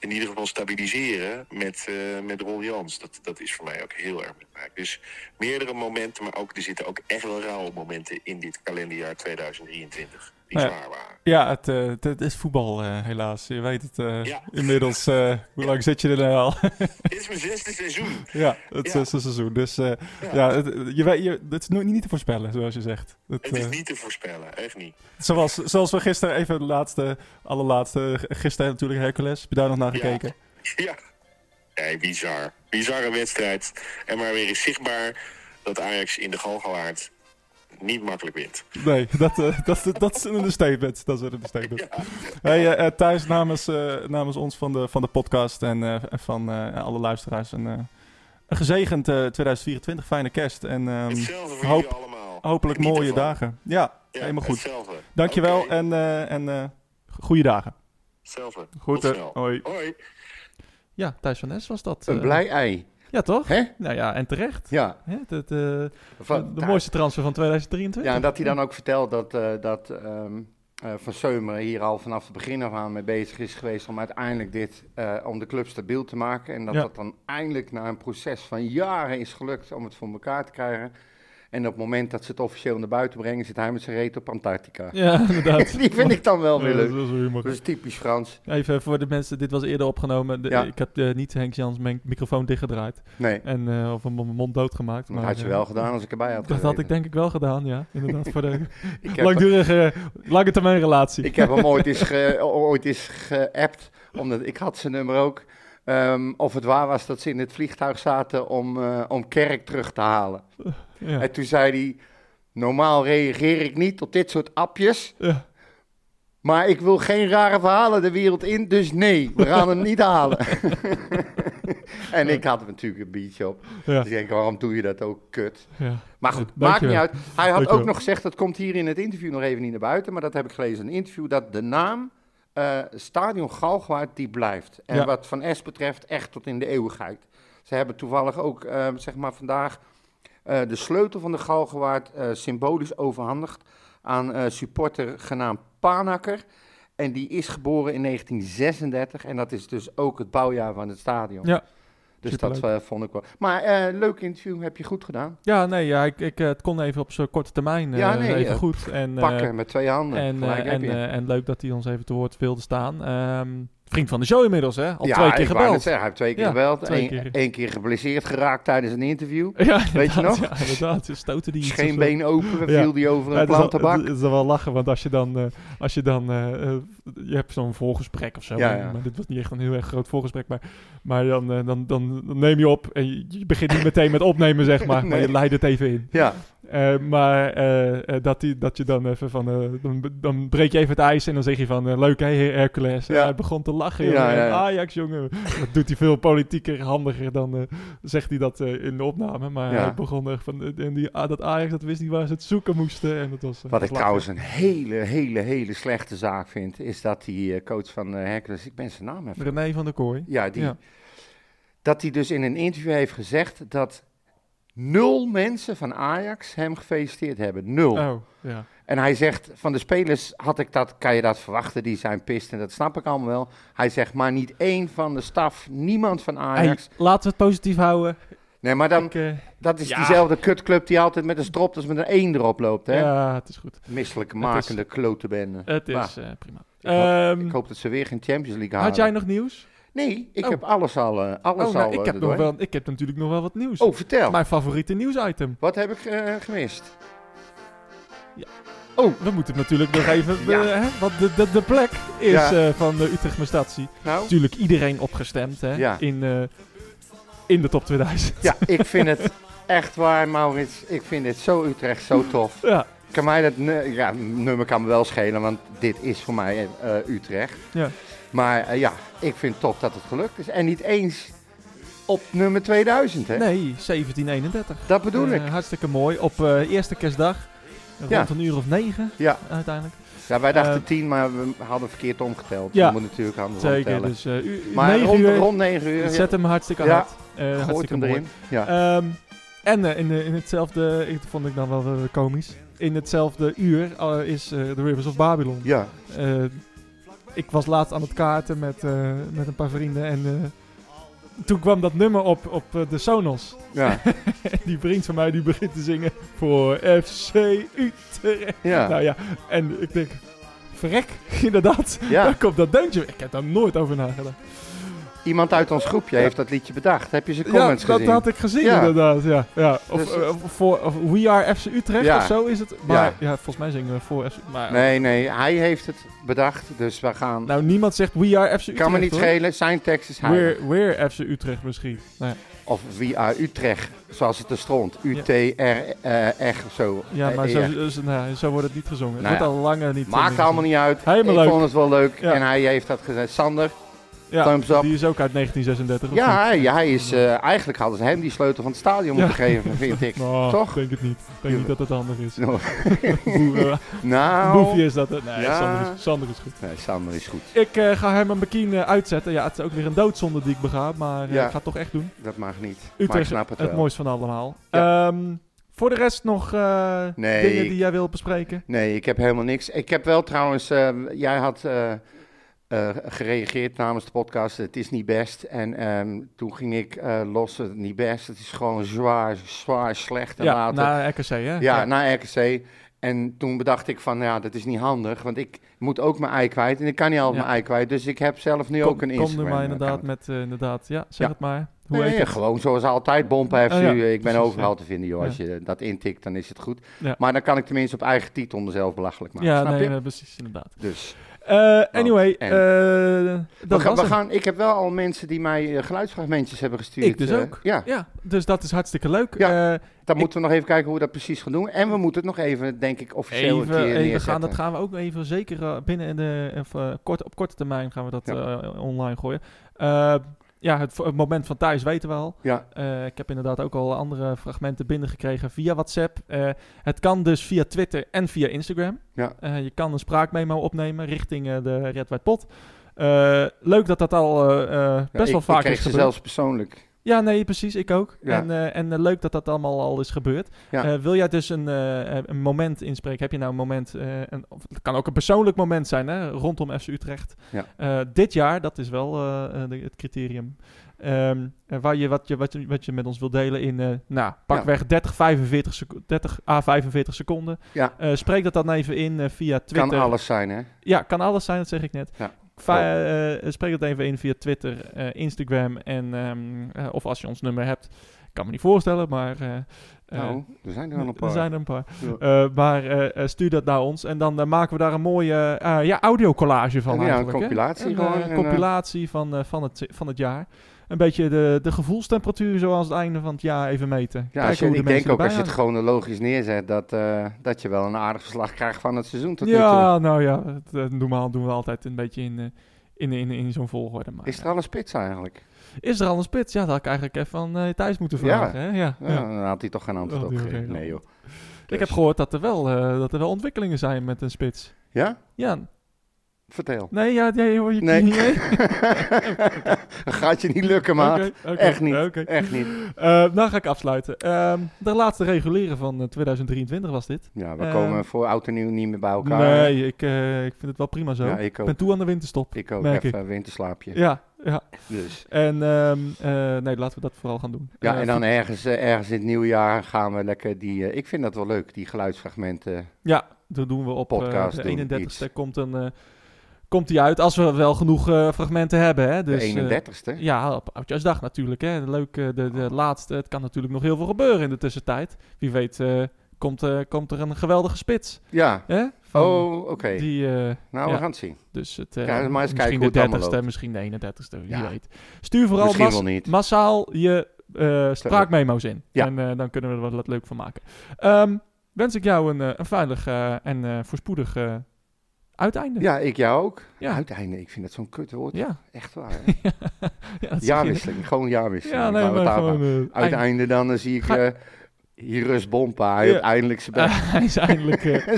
Speaker 5: in ieder geval stabiliseren met, eh met Ron Jans. Dat, dat is voor mij ook heel erg belangrijk. Dus meerdere momenten, maar ook, er zitten ook echt wel rauwe momenten in dit kalenderjaar 2023. Die
Speaker 6: Nou ja.
Speaker 5: zwaar waren.
Speaker 6: Ja, het, eh, het- het is voetbal eh, helaas. Je weet het eh,
Speaker 5: Ja.
Speaker 6: inmiddels. eh, hoe lang zit je er nou al?
Speaker 5: Dit is mijn zesde seizoen.
Speaker 6: ja, het
Speaker 5: Ja.
Speaker 6: zesde seizoen. Dus eh, ja, het, je, weet- je, het is nooit niet te voorspellen, zoals je zegt. Het,
Speaker 5: Het is
Speaker 6: eh,
Speaker 5: niet te voorspellen, echt niet.
Speaker 6: zoals, zoals we gisteren even de laatste, allerlaatste, g- gisteren natuurlijk Hercules. Heb je daar nog naar
Speaker 5: Ja.
Speaker 6: gekeken?
Speaker 5: Ja. Nee, bizar. Bizarre wedstrijd. En maar weer is zichtbaar dat Ajax in de Galgenwaard niet makkelijk wint.
Speaker 6: Nee, dat, eh, dat, dat is een understatement. Dat is een understatement. Hey, eh, eh, Thijs, namens, eh, namens ons van de, van de podcast en eh, en van eh, alle luisteraars een, eh, een gezegend eh, 2024. Fijne kerst. En, ehm,
Speaker 5: Hetzelfde voor
Speaker 6: hoop-
Speaker 5: jullie allemaal.
Speaker 6: Hopelijk
Speaker 5: Geniet
Speaker 6: mooie
Speaker 5: ervan.
Speaker 6: dagen. Ja,
Speaker 5: Ja,
Speaker 6: helemaal goed.
Speaker 5: Hetzelfde.
Speaker 6: Dankjewel
Speaker 5: Oké,
Speaker 6: en, eh en eh, goede dagen.
Speaker 5: hetzelfde. Tot
Speaker 6: Goed, hè.
Speaker 5: snel.
Speaker 6: Hoi.
Speaker 5: Hoi.
Speaker 1: Ja, Thijs van Nes was dat.
Speaker 2: Een
Speaker 1: eh,
Speaker 2: blij ei.
Speaker 1: Ja, toch?
Speaker 2: Hè?
Speaker 1: Nou ja, en terecht.
Speaker 2: Ja.
Speaker 1: Hè, dat, eh,
Speaker 2: Van-
Speaker 1: de mooiste transfer van 2023.
Speaker 2: Ja, en dat hij dan ook vertelt dat, eh, dat ehm, eh, Van Seumeren hier al vanaf het begin af aan mee bezig is geweest om uiteindelijk dit, eh, om de club stabiel te maken. En dat
Speaker 6: Ja.
Speaker 2: dat dan eindelijk na een proces van jaren is gelukt om het voor elkaar te krijgen. En op het moment dat ze het officieel naar buiten brengen, zit hij met zijn reet op Antarctica.
Speaker 1: Ja, inderdaad.
Speaker 2: Die vind ik dan wel weer
Speaker 6: Ja,
Speaker 2: leuk.
Speaker 6: dat is wel humor.
Speaker 2: Dat is typisch Frans.
Speaker 1: Even voor de mensen, dit was eerder opgenomen. De-
Speaker 2: Ja.
Speaker 1: Ik heb eh, niet Henk Jans mijn microfoon dichtgedraaid.
Speaker 2: Nee,
Speaker 1: En, eh, of mijn mond doodgemaakt.
Speaker 2: dat
Speaker 1: Maar,
Speaker 2: had je
Speaker 1: eh,
Speaker 2: wel gedaan als ik erbij
Speaker 1: Dat
Speaker 2: had
Speaker 1: had ik
Speaker 2: gezeten.
Speaker 1: denk ik wel gedaan, ja. Inderdaad, voor de
Speaker 2: Ik heb-
Speaker 1: langdurige, lange termijn relatie.
Speaker 2: Ik heb hem ooit eens, ge, ooit eens geappt, omdat ik had zijn nummer ook. Ehm of het waar was dat ze in het vliegtuig zaten om, eh, om Kerk terug te halen.
Speaker 1: ja.
Speaker 2: En toen zei hij, normaal reageer ik niet op dit soort appjes,
Speaker 1: Ja.
Speaker 2: maar ik wil geen rare verhalen de wereld in, dus nee, we gaan hem niet halen. en ik had hem natuurlijk een biertje op.
Speaker 1: Ja.
Speaker 2: Dus ik denk, waarom doe je dat ook, kut?
Speaker 1: Ja.
Speaker 2: Maar goed,
Speaker 1: Dankjewel.
Speaker 2: maakt niet uit. Hij had
Speaker 1: Dankjewel.
Speaker 2: ook nog gezegd, dat komt hier in het interview nog even niet naar buiten, maar dat heb ik gelezen in een interview, dat de naam eh, Stadion Galgenwaard die blijft. En
Speaker 6: Ja.
Speaker 2: wat Van S betreft echt tot in de eeuwigheid. Ze hebben toevallig ook, eh, zeg maar vandaag, eh, de sleutel van de Galgenwaard eh, symbolisch overhandigd aan eh, supporter genaamd Panakker. En die is geboren in 1936 en dat is dus ook het bouwjaar van het stadion.
Speaker 1: Ja.
Speaker 2: Dus
Speaker 1: Superleuk.
Speaker 2: dat eh, vond ik wel. Maar eh, leuk interview, heb je goed gedaan.
Speaker 1: Ja, nee, ja, ik, ik, eh, het kon even op zo'n korte termijn eh,
Speaker 2: Ja, nee,
Speaker 1: even
Speaker 2: ja.
Speaker 1: goed. En, eh,
Speaker 2: pakken met twee handen.
Speaker 1: en, eh,
Speaker 2: Gelijk heb
Speaker 1: en,
Speaker 2: je.
Speaker 1: eh, en leuk dat hij ons even te woord wilde staan. Ehm, vriend van de show inmiddels, hè? Al
Speaker 2: ja,
Speaker 1: twee keer
Speaker 2: ik wou
Speaker 1: gebeld.
Speaker 2: net zeggen, hij heeft twee keer
Speaker 1: Ja,
Speaker 2: gebeld.
Speaker 1: twee
Speaker 2: Eén
Speaker 1: keer.
Speaker 2: keer. keer geblesseerd geraakt tijdens een interview.
Speaker 1: Ja,
Speaker 2: Weet je
Speaker 1: inderdaad,
Speaker 2: nog?
Speaker 1: Ja, inderdaad. Ze stoten die iets of zo.
Speaker 2: Scheenbeen open,
Speaker 1: Ja.
Speaker 2: viel die over eh, een
Speaker 1: Ja, het, is wel,
Speaker 2: plantenbak.
Speaker 1: het is wel lachen, want als je dan, eh, als je dan, eh, eh, je hebt zo'n voorgesprek of zo,
Speaker 2: Ja,
Speaker 1: maar-
Speaker 2: ja.
Speaker 1: maar dit was niet echt een heel erg groot voorgesprek, maar, maar dan, eh, dan, dan, dan neem je op en je, je begint niet meteen met opnemen, zeg maar, maar je
Speaker 2: Nee.
Speaker 1: leidt het even in.
Speaker 2: Ja,
Speaker 7: Eh, maar eh, eh, dat, die, dat je dan even van... eh, dan, dan breek je even het ijs en dan zeg je van... eh, leuk hè, heer Hercules. En
Speaker 2: Ja.
Speaker 7: hij begon te lachen.
Speaker 2: Ja,
Speaker 7: jongen.
Speaker 2: ja,
Speaker 7: En
Speaker 2: ja.
Speaker 7: Ajax, jongen. Dat doet hij veel politieker, handiger dan... eh, zegt hij dat eh, in de opname. Maar
Speaker 2: Ja.
Speaker 7: hij begon echt van... eh, en die, ah, dat Ajax, dat wist niet waar ze het zoeken moesten. En dat was... eh,
Speaker 2: Wat ik
Speaker 7: lachen.
Speaker 2: trouwens een hele, hele, hele slechte zaak vind, is dat die eh, coach van eh, Hercules, ik ben zijn naam even.
Speaker 7: René van der Kooi.
Speaker 2: Ja, die,
Speaker 7: Ja.
Speaker 2: dat hij dus in een interview heeft gezegd dat nul mensen van Ajax hem gefeliciteerd hebben. Nul.
Speaker 7: Oh, ja.
Speaker 2: En hij zegt, van de spelers had ik dat, kan je dat verwachten, die zijn pist en dat snap ik allemaal wel. Hij zegt, maar niet één van de staf, niemand van Ajax.
Speaker 7: Hey, laten we het positief houden.
Speaker 2: Nee, maar dan,
Speaker 7: Ik, eh,
Speaker 2: dat is
Speaker 7: ja.
Speaker 2: diezelfde kutclub die altijd met een strop, dus met een één erop loopt, hè?
Speaker 7: ja, het is goed.
Speaker 2: Misselijkmakende klote bende.
Speaker 7: Het
Speaker 2: Maar
Speaker 7: is eh, prima.
Speaker 2: ik ho-
Speaker 7: Ehm,
Speaker 2: ik hoop dat ze weer geen Champions League halen.
Speaker 7: had jij nog nieuws?
Speaker 2: Nee, ik
Speaker 7: Oh.
Speaker 2: heb alles al, eh, alles
Speaker 7: Oh, nou,
Speaker 2: al
Speaker 7: ik,
Speaker 2: eh,
Speaker 7: heb nog
Speaker 2: erdoorheen.
Speaker 7: wel, ik heb natuurlijk nog wel wat nieuws.
Speaker 2: Oh, vertel.
Speaker 7: Mijn favoriete nieuwsitem.
Speaker 2: Wat heb ik eh, gemist?
Speaker 7: We moeten natuurlijk nog even...
Speaker 2: Oh. Ja.
Speaker 7: eh, hè, want de, de, de plek is
Speaker 2: Ja.
Speaker 7: eh, van de Utrecht Mestatie.
Speaker 2: Nou,
Speaker 7: Natuurlijk iedereen opgestemd hè,
Speaker 2: Ja.
Speaker 7: in, eh, in de top 2000.
Speaker 2: ja, ik vind het echt waar, Maurits. Ik vind het zo Utrecht, zo tof.
Speaker 7: Ja,
Speaker 2: Kan mij dat nu- ja, nummer kan me wel schelen, want dit is voor mij eh, Utrecht.
Speaker 7: Ja.
Speaker 2: Maar eh, ja, ik vind het top dat het gelukt is. En niet eens op nummer 2000, hè?
Speaker 7: nee, 1731.
Speaker 2: Dat bedoel ik.
Speaker 7: Eh, hartstikke mooi. Op eh, eerste kerstdag. Rond
Speaker 2: Ja.
Speaker 7: een uur of negen
Speaker 2: Ja.
Speaker 7: uiteindelijk.
Speaker 2: Ja, wij dachten
Speaker 7: eh,
Speaker 2: 10, maar we hadden verkeerd omgeteld.
Speaker 7: Ja.
Speaker 2: we moeten natuurlijk anders
Speaker 7: Zeker,
Speaker 2: omtellen.
Speaker 7: dus eh u,
Speaker 2: Maar
Speaker 7: 9
Speaker 2: rond,
Speaker 7: uur.
Speaker 2: rond 9 uur,
Speaker 7: Zet hem hartstikke
Speaker 2: Ja.
Speaker 7: hard. Eh,
Speaker 2: ja, gooit
Speaker 7: hartstikke
Speaker 2: hem
Speaker 7: mooi.
Speaker 2: erin. Ja.
Speaker 7: Ehm, en eh, in, eh, in hetzelfde, ik, dat vond ik dan wel eh, komisch. In hetzelfde uur eh, is eh The Rivers of Babylon.
Speaker 2: ja.
Speaker 7: Eh, ik was laatst aan het kaarten met, eh, met een paar vrienden en eh, toen kwam dat nummer op op eh, de Sonos.
Speaker 2: Ja,
Speaker 7: Die vriend van mij die begint te zingen voor FC Utrecht.
Speaker 2: ja,
Speaker 7: Nou ja, en ik denk, verrek, inderdaad.
Speaker 2: ja.
Speaker 7: Daar komt dat deuntje. Ik heb daar nooit over nagedacht.
Speaker 2: Iemand uit ons groepje heeft dat liedje bedacht. Heb je zijn
Speaker 7: Ja,
Speaker 2: comments
Speaker 7: dat
Speaker 2: gezien?
Speaker 7: had ik gezien
Speaker 2: Ja.
Speaker 7: inderdaad. Ja. Ja. Of,
Speaker 2: Dus-
Speaker 7: eh, voor, of We Are FC Utrecht
Speaker 2: Ja.
Speaker 7: of zo is het. Maar ja. volgens mij zingen we voor FC maar,
Speaker 2: Nee, nee, hij heeft het bedacht, dus we gaan...
Speaker 7: Nou, niemand zegt We Are FC Utrecht.
Speaker 2: kan me niet
Speaker 7: hoor.
Speaker 2: schelen, zijn tekst is hij.
Speaker 7: We're, we're FC Utrecht misschien. Nou, ja.
Speaker 2: Of We Are Utrecht, zoals het er stond. U-T-R-E-G of zo.
Speaker 7: ja,
Speaker 2: Eh,
Speaker 7: maar
Speaker 2: eh,
Speaker 7: zo, dus, nou, zo wordt het niet gezongen.
Speaker 2: Nou
Speaker 7: het wordt al langer niet
Speaker 2: Maakt
Speaker 7: gezongen.
Speaker 2: allemaal niet uit.
Speaker 7: Helemaal
Speaker 2: ik
Speaker 7: leuk.
Speaker 2: vond het wel leuk
Speaker 7: Ja.
Speaker 2: en hij heeft dat gezegd. Sander,
Speaker 7: Ja,
Speaker 2: thumbs up.
Speaker 7: Die is ook uit 1936. of
Speaker 2: ja,
Speaker 7: niet?
Speaker 2: hij, hij is, eh, eigenlijk hadden ze hem die sleutel van het stadion
Speaker 7: Ja.
Speaker 2: moeten geven, vind ik.
Speaker 7: Nou,
Speaker 2: Toch?
Speaker 7: denk het niet. Ik denk niet dat het handig is.
Speaker 2: Nou,
Speaker 7: Boe- eh, Boefje
Speaker 2: Nou,
Speaker 7: is dat. eh, Nee,
Speaker 2: Ja.
Speaker 7: Sander, is, Sander is goed.
Speaker 2: nee, Sander is goed.
Speaker 7: Ik eh, ga Herman Bekien eh, uitzetten. Ja, het is ook weer een doodzonde die ik bega, maar eh,
Speaker 2: Ja.
Speaker 7: ik ga het toch echt doen.
Speaker 2: Dat mag niet, maar ik
Speaker 7: Utrecht,
Speaker 2: snap het,
Speaker 7: het,
Speaker 2: wel.
Speaker 7: mooiste van allemaal.
Speaker 2: Ja.
Speaker 7: Ehm, voor de rest nog eh,
Speaker 2: Nee.
Speaker 7: dingen die jij wilt bespreken?
Speaker 2: Nee, ik heb helemaal niks. Ik heb wel trouwens, eh, jij had eh, eh, gereageerd namens de podcast, het is niet best. En ehm, toen ging ik eh, los, het niet best. Het is gewoon zwaar, zwaar slecht en
Speaker 7: Ja,
Speaker 2: later.
Speaker 7: naar RKC, hè?
Speaker 2: ja, nou, naar RKC. En toen bedacht ik van, ja, dat is niet handig, want ik moet ook mijn ei kwijt. En ik kan niet altijd
Speaker 7: Ja.
Speaker 2: mijn ei kwijt, dus ik heb zelf nu
Speaker 7: kom,
Speaker 2: ook een
Speaker 7: kom er
Speaker 2: Instagram.
Speaker 7: maar inderdaad
Speaker 2: account.
Speaker 7: met, eh, inderdaad, ja, zeg
Speaker 2: Ja.
Speaker 7: het maar. Hoe
Speaker 2: Nee,
Speaker 7: heet het?
Speaker 2: gewoon zoals altijd, Bompa heeft
Speaker 7: Oh ja,
Speaker 2: nu, ik ben
Speaker 7: precies,
Speaker 2: overal
Speaker 7: ja.
Speaker 2: te vinden, joh. Als je eh, dat intikt, dan is het goed.
Speaker 7: Ja.
Speaker 2: Maar dan kan ik tenminste op eigen titel mezelf belachelijk maken,
Speaker 7: ja,
Speaker 2: snap
Speaker 7: nee,
Speaker 2: je?
Speaker 7: eh, precies, inderdaad.
Speaker 2: Dus...
Speaker 7: Eh, anyway,
Speaker 2: en-
Speaker 7: eh, dat
Speaker 2: We gaan,
Speaker 7: was
Speaker 2: we
Speaker 7: hem.
Speaker 2: gaan, ik heb wel al mensen die mij eh, geluidsfragmentjes hebben gestuurd.
Speaker 7: Ik dus
Speaker 2: eh,
Speaker 7: ook.
Speaker 2: ja,
Speaker 7: Ja, dus dat is hartstikke leuk.
Speaker 2: Ja,
Speaker 7: Eh,
Speaker 2: dan
Speaker 7: Ik-
Speaker 2: moeten we nog even kijken hoe we dat precies gaan doen. En we moeten het nog even, denk ik, officieel een
Speaker 7: even,
Speaker 2: keer
Speaker 7: even
Speaker 2: neerzetten.
Speaker 7: gaan, dat gaan we ook even zeker eh, binnen in de, of, eh, kort, op korte termijn gaan we dat
Speaker 2: Ja.
Speaker 7: eh, online gooien. Eh, ja, het, vo- het moment van thuis weten we al.
Speaker 2: Ja.
Speaker 7: Eh, ik heb inderdaad ook al andere fragmenten binnengekregen via WhatsApp. Eh, het kan dus via Twitter en via Instagram.
Speaker 2: Ja.
Speaker 7: Eh, je kan een spraakmemo opnemen richting eh, de Red White Pot. Eh, leuk dat dat al eh, eh,
Speaker 2: Ja,
Speaker 7: best
Speaker 2: ik-
Speaker 7: wel vaak
Speaker 2: ik kreeg
Speaker 7: is
Speaker 2: ze
Speaker 7: gebeurd.
Speaker 2: zelfs persoonlijk.
Speaker 7: Ja, nee, precies. Ik ook.
Speaker 2: Ja.
Speaker 7: En, eh, en eh, leuk dat dat allemaal al is gebeurd.
Speaker 2: Ja.
Speaker 7: Eh, wil jij dus een, eh, eh, een moment inspreken? Heb je nou een moment, eh, een, of het kan ook een persoonlijk moment zijn, hè, rondom FC Utrecht.
Speaker 2: Ja.
Speaker 7: Eh, dit jaar, dat is wel eh, eh, de- het criterium. Ehm, eh, waar je wat, je, wat je wat je met ons wilt delen in, eh nou, pakweg 30, 45 seco- 30 à 45 seconden.
Speaker 2: Ja.
Speaker 7: Eh, spreek dat dan even in eh, via Twitter. Eh,
Speaker 2: Kan alles zijn, hè?
Speaker 7: Ja, kan alles zijn, dat zeg ik net.
Speaker 2: Ja. Oh.
Speaker 7: Va- eh, eh, spreek het even in via Twitter, eh, Instagram en ehm, eh, of als je ons nummer hebt. Ik kan me niet voorstellen, maar eh, eh,
Speaker 2: nou, er zijn er wel een
Speaker 7: er
Speaker 2: paar.
Speaker 7: zijn er een paar. Eh, maar eh, eh, stuur dat naar ons en dan eh, maken we daar een mooie eh ja, audiocollage van
Speaker 2: Ja, een
Speaker 7: eigenlijk, hè?
Speaker 2: compilatie
Speaker 7: Een, eh,
Speaker 2: gewoon en, eh,
Speaker 7: compilatie van, eh, van, het, van het jaar. een beetje de, de gevoelstemperatuur zo aan het einde van het jaar even meten.
Speaker 2: Ja,
Speaker 7: Kijken
Speaker 2: als je-
Speaker 7: hoe de
Speaker 2: ik
Speaker 7: mensen
Speaker 2: denk ook
Speaker 7: erbij
Speaker 2: als je het
Speaker 7: hangen.
Speaker 2: chronologisch neerzet, dat, eh, dat je wel een aardig verslag krijgt van het seizoen tot nu toe.
Speaker 7: Ja, nou ja, het, eh, normaal doen we altijd een beetje in, eh, in, in, in zo'n volgorde. Maar,
Speaker 2: Is er al een spits eigenlijk?
Speaker 7: Is er al een spits? Ja, dat had ik eigenlijk even van eh Thijs moeten vragen. hè? Ja.
Speaker 2: Ja, dus-
Speaker 7: ja.
Speaker 2: Dan had hij toch geen antwoord
Speaker 7: Dat
Speaker 2: op
Speaker 7: had hij ook
Speaker 2: gegeven.
Speaker 7: geen
Speaker 2: Nee joh.
Speaker 7: Ik heb gehoord dat er, wel, eh, dat er wel ontwikkelingen zijn met een spits.
Speaker 2: Ja?
Speaker 7: Ja,
Speaker 2: Vertel.
Speaker 7: nee, ja, jij hoor je
Speaker 2: Nee.
Speaker 7: niet mee?
Speaker 2: Gaat je niet lukken, maat.
Speaker 7: Oké, oké,
Speaker 2: Echt niet.
Speaker 7: oké.
Speaker 2: Echt niet.
Speaker 7: Eh, nou ga ik afsluiten. Ehm, de laatste reguliere van eh, 2023 was dit.
Speaker 2: Ja, we
Speaker 7: Eh,
Speaker 2: komen voor oud en nieuw niet meer bij elkaar.
Speaker 7: Nee, ik, eh, ik vind het wel prima zo.
Speaker 2: Ja,
Speaker 7: ik
Speaker 2: ik ook.
Speaker 7: ben toe aan de winterstop.
Speaker 2: Ik ook.
Speaker 7: merk
Speaker 2: Even een winterslaapje.
Speaker 7: Ja, ja.
Speaker 2: Dus.
Speaker 7: En ehm, eh, nee, laten we dat vooral gaan doen.
Speaker 2: Ja,
Speaker 7: Eh,
Speaker 2: en dan ergens, eh, ergens in het nieuwe jaar gaan we lekker die... eh, ik vind dat wel leuk, die eh, geluidsfragmenten.
Speaker 7: Ja, dat doen we op eh,
Speaker 2: Podcast doen,
Speaker 7: de
Speaker 2: iets.
Speaker 7: 31ste komt, een, eh, komt die uit. Als we wel genoeg eh, fragmenten hebben. Hè. Dus, eh,
Speaker 2: de 31ste.
Speaker 7: ja, op Oudjaarsdag natuurlijk. Hè. Leuk, eh, de,
Speaker 2: Oh.
Speaker 7: de laatste. Het kan natuurlijk nog heel veel gebeuren in de tussentijd. Wie weet eh, komt, eh, komt er een geweldige spits.
Speaker 2: ja.
Speaker 7: Hè? Van
Speaker 2: oh, oké.
Speaker 7: Die... eh,
Speaker 2: Nou, we
Speaker 7: ja.
Speaker 2: gaan het zien.
Speaker 7: Dus het, eh,
Speaker 2: Kijk, maar eens
Speaker 7: misschien
Speaker 2: kijken hoe het allemaal
Speaker 7: de 30ste,
Speaker 2: loopt.
Speaker 7: misschien de 31ste, wie
Speaker 2: Ja.
Speaker 7: weet. Stuur vooral
Speaker 2: Misschien
Speaker 7: mas-
Speaker 2: wel niet.
Speaker 7: massaal je eh, spraakmemo's in.
Speaker 2: Ja.
Speaker 7: En eh, dan kunnen we er wat leuk van maken. Ehm, wens ik jou een, eh, een veilig eh, en eh, voorspoedig eh, uiteinde.
Speaker 2: Ja, ik jou ook.
Speaker 7: Ja.
Speaker 2: Uiteindelijk, ik vind dat zo'n kut woord.
Speaker 7: Ja.
Speaker 2: Echt waar. hè?
Speaker 7: Ja, dat zeg je.
Speaker 2: Jaarwisseling, gewoon jaarwisseling.
Speaker 7: Ja, nee,
Speaker 2: Laten we
Speaker 7: maar
Speaker 2: het daarvan-
Speaker 7: gewoon... eh, eind-
Speaker 2: Uiteinde dan, dan zie ik
Speaker 7: Ga-
Speaker 2: eh hier Rus Bompa. Hij
Speaker 7: Ja.
Speaker 2: heeft eindelijk zijn best.
Speaker 7: Hij is eindelijk... eh,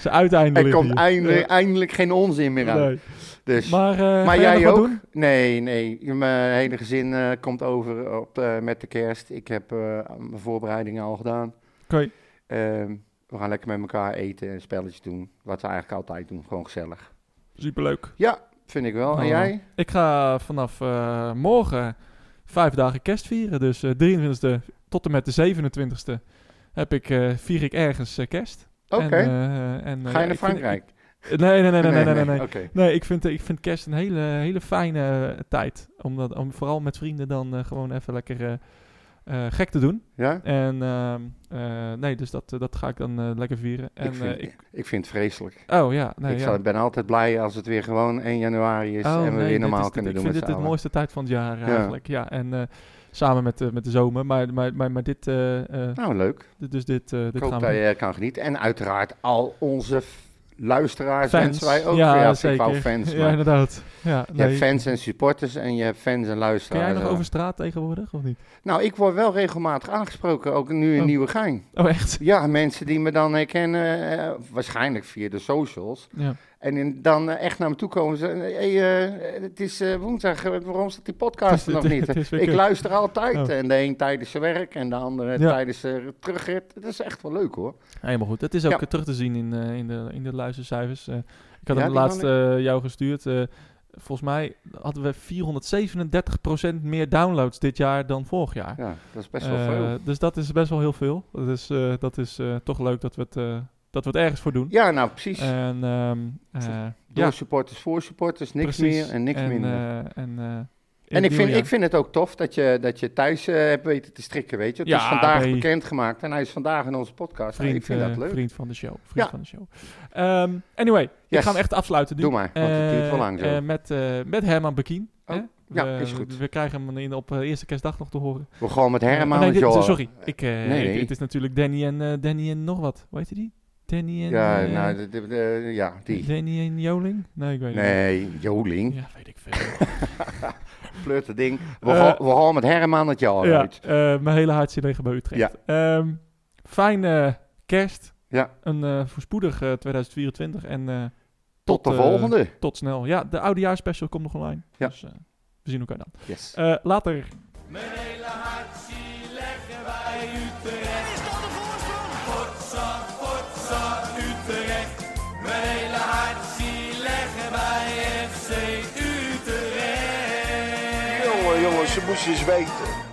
Speaker 7: zijn uiteinde
Speaker 2: er
Speaker 7: ligt
Speaker 2: komt
Speaker 7: hier.
Speaker 2: eindelijk, eindelijk geen onzin meer
Speaker 7: Ja,
Speaker 2: aan.
Speaker 7: nee.
Speaker 2: Dus.
Speaker 7: Maar, eh, ga
Speaker 2: maar
Speaker 7: jij nog
Speaker 2: jij
Speaker 7: wat
Speaker 2: ook?
Speaker 7: doen?
Speaker 2: Nee, nee. Mijn hele gezin eh, komt over op, eh, met de kerst. Ik heb eh, mijn voorbereidingen al gedaan.
Speaker 7: Oké.
Speaker 2: Ehm, we gaan lekker met elkaar eten en spelletjes doen. Wat we eigenlijk altijd doen. Gewoon gezellig.
Speaker 7: Superleuk.
Speaker 2: Ja, vind ik wel. En
Speaker 7: Oh.
Speaker 2: jij?
Speaker 7: Ik ga vanaf eh, morgen vijf dagen kerst vieren. Dus eh 23e tot en met de 27e heb ik, eh, vier ik ergens eh, kerst.
Speaker 2: Oké.
Speaker 7: En, eh, en, eh,
Speaker 2: Ga
Speaker 7: ja,
Speaker 2: je
Speaker 7: ik
Speaker 2: naar
Speaker 7: vind-
Speaker 2: Frankrijk?
Speaker 7: ik- nee, nee, nee, nee, nee, nee, nee. nee.
Speaker 2: Oké.
Speaker 7: Nee, ik vind, eh, ik vind kerst een hele, hele fijne eh, tijd. Omdat, om vooral met vrienden dan eh, gewoon even lekker eh, eh, gek te doen.
Speaker 2: Ja?
Speaker 7: En ehm, eh, nee, dus dat, eh, dat ga ik dan eh, lekker vieren. En,
Speaker 2: ik, vind,
Speaker 7: eh, ik-
Speaker 2: ik, vind het vreselijk.
Speaker 7: oh ja, nee,
Speaker 2: ik
Speaker 7: ja.
Speaker 2: zal- ben altijd blij als het weer gewoon 1 januari is
Speaker 7: Oh,
Speaker 2: en we
Speaker 7: nee,
Speaker 2: weer
Speaker 7: dit
Speaker 2: normaal
Speaker 7: is-
Speaker 2: kunnen doen met z'n
Speaker 7: dit- Ik vind dit
Speaker 2: allen.
Speaker 7: het mooiste tijd van het jaar
Speaker 2: Ja.
Speaker 7: eigenlijk. Ja, en eh, samen met, eh, met de zomer. Maar, maar, maar, maar dit, eh, eh,
Speaker 2: Nou, leuk.
Speaker 7: dit- dus dit, eh,
Speaker 2: Ik
Speaker 7: dit
Speaker 2: hoop
Speaker 7: gaan
Speaker 2: dat
Speaker 7: we doen.
Speaker 2: je kan genieten. En uiteraard al onze f- luisteraars
Speaker 7: Fans.
Speaker 2: wensen wij ook.
Speaker 7: ja,
Speaker 2: weer. als Ik
Speaker 7: zeker.
Speaker 2: wou fans,
Speaker 7: ja,
Speaker 2: maar
Speaker 7: inderdaad. Ja,
Speaker 2: Je
Speaker 7: nee.
Speaker 2: hebt fans en supporters en je hebt fans en
Speaker 7: Kun
Speaker 2: luisteraars.
Speaker 7: jij nog
Speaker 2: Ja.
Speaker 7: over straat tegenwoordig, of niet?
Speaker 2: Nou, ik word wel regelmatig aangesproken, ook nu in
Speaker 7: Oh.
Speaker 2: Nieuwegein.
Speaker 7: Oh, echt?
Speaker 2: Ja, mensen die me dan herkennen, eh, waarschijnlijk via de socials.
Speaker 7: Ja.
Speaker 2: En in- dan eh, echt naar me toe komen ze. Hey, eh, het is eh, woensdag, eh, waarom staat die podcast er
Speaker 7: Het is-
Speaker 2: nog
Speaker 7: het-
Speaker 2: niet?
Speaker 7: het is weer
Speaker 2: ik
Speaker 7: kut.
Speaker 2: luister altijd.
Speaker 7: Oh.
Speaker 2: En de een tijdens zijn werk en de andere
Speaker 7: Ja.
Speaker 2: tijdens de terugrit. Dat is echt wel leuk hoor.
Speaker 7: Helemaal goed. Het is ook
Speaker 2: Ja.
Speaker 7: eh, terug te zien in, eh, in, de, in de luistercijfers. Eh, ik had
Speaker 2: Ja,
Speaker 7: hem
Speaker 2: die
Speaker 7: laatst eh, jou gestuurd. Eh, volgens mij hadden we 437% meer downloads dit jaar dan vorig jaar.
Speaker 2: Ja, dat is best wel veel.
Speaker 7: Eh, dus dat is best wel heel veel. Dus eh, dat is eh, toch leuk dat we het, eh, dat we het ergens voor doen.
Speaker 2: Ja, nou precies.
Speaker 7: En ehm, eh,
Speaker 2: Door
Speaker 7: ja,
Speaker 2: supporters, voor supporters, niks
Speaker 7: precies.
Speaker 2: meer en niks minder.
Speaker 7: eh, en eh, in het
Speaker 2: en ik vind,
Speaker 7: nieuwe
Speaker 2: ik vind het ook tof dat je, dat je thuis eh, hebt weten te strikken, weet je. Het
Speaker 7: Ja,
Speaker 2: is vandaag
Speaker 7: nee.
Speaker 2: bekendgemaakt en hij is vandaag in onze podcast. Nou,
Speaker 7: jaar. vriend,
Speaker 2: ik vind
Speaker 7: eh,
Speaker 2: dat leuk.
Speaker 7: vriend van de show.
Speaker 2: Ja.
Speaker 7: Vriend van de show. Ehm, anyway, ik
Speaker 2: Yes.
Speaker 7: ga hem echt afsluiten nu.
Speaker 2: Doe maar, want het duurt wel
Speaker 7: Eh,
Speaker 2: lang zo.
Speaker 7: eh, met, eh, met Herman Bekien.
Speaker 2: Oh,
Speaker 7: hè?
Speaker 2: ja,
Speaker 7: We-
Speaker 2: is goed.
Speaker 7: We krijgen hem in, op eh, eerste kerstdag nog te horen.
Speaker 2: We gaan met Herman
Speaker 7: Eh, nee,
Speaker 2: en
Speaker 7: dit-
Speaker 2: Joel.
Speaker 7: Sorry, ik, eh,
Speaker 2: nee.
Speaker 7: ik- het is natuurlijk Danny en, eh, Danny en nog wat. Weet je die? Danny en...
Speaker 2: Ja,
Speaker 7: eh,
Speaker 2: nou, de- de- de- ja, die.
Speaker 7: Danny en Joling? Nee, ik weet het
Speaker 2: Nee, Joling,
Speaker 7: niet. Ja, weet ik veel.
Speaker 2: flirte ding. We,
Speaker 7: Eh,
Speaker 2: gaan, we gaan met Herman het Joel
Speaker 7: ja,
Speaker 2: uit.
Speaker 7: eh, mijn hele hart zit liggen bij Utrecht. Ehm, fijne kerst.
Speaker 2: Ja.
Speaker 7: Een eh voorspoedig eh, 2024. En eh,
Speaker 2: Tot de
Speaker 7: eh,
Speaker 2: volgende.
Speaker 7: tot snel. Ja, de oudejaarspecial komt nog online.
Speaker 2: Ja.
Speaker 7: Dus eh, we zien elkaar dan.
Speaker 2: Yes.
Speaker 7: Eh, later.
Speaker 3: Mijn hele hart zie leggen wij Utrecht. Is dat de voorsprong? Potsa, potsa, Utrecht. Mijn hele hart zie leggen wij FC Utrecht.
Speaker 8: Jongen, jongen, ze moest je eens weten.